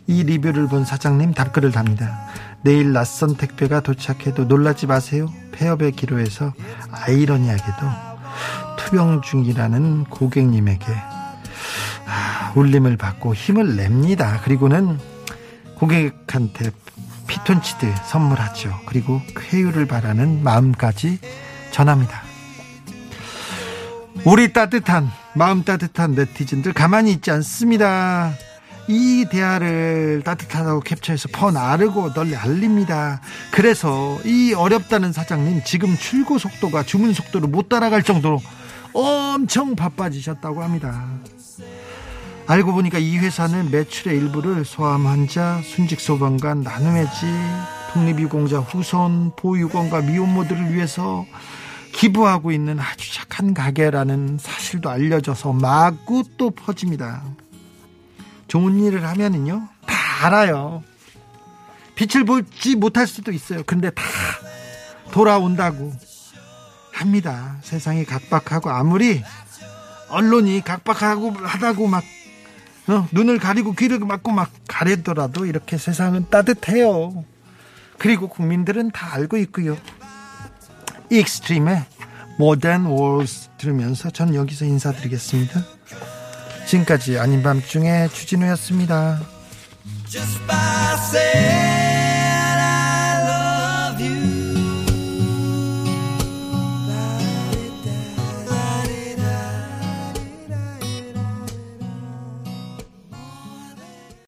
S4: 이 리뷰를 본 사장님 답글을 답니다. 내일 낯선 택배가 도착해도 놀라지 마세요. 폐업의 기로에서 아이러니하게도 투병 중이라는 고객님에게 아, 울림을 받고 힘을 냅니다. 그리고는 고객한테 피톤치드 선물하죠. 그리고 쾌유를 바라는 마음까지 전합니다. 우리 따뜻한 마음 따뜻한 네티즌들 가만히 있지 않습니다. 이 대화를 따뜻하다고 캡처해서 퍼 나르고 널리 알립니다. 그래서 이 어렵다는 사장님 지금 출고 속도가 주문 속도를 못 따라갈 정도로 엄청 바빠지셨다고 합니다. 알고 보니까 이 회사는 매출의 일부를 소아암 환자, 순직 소방관, 나눔의지, 독립유공자 후손, 보육원과 미혼모들을 위해서 기부하고 있는 아주 착한 가게라는 사실도 알려져서 마구 또 퍼집니다. 좋은 일을 하면은요 다 알아요. 빛을 보지 못할 수도 있어요. 근데 다 돌아온다고 합니다. 세상이 각박하고 아무리 언론이 각박하고 하다고 막 어, 눈을 가리고 귀를 막고 막 가래더라도 이렇게 세상은 따뜻해요. 그리고 국민들은 다 알고 있고요. 이 익스트림의 모던 월스 들으면서 전 여기서 인사드리겠습니다. 지금까지 아닌 밤중에 주진우였습니다.
S8: Just by saying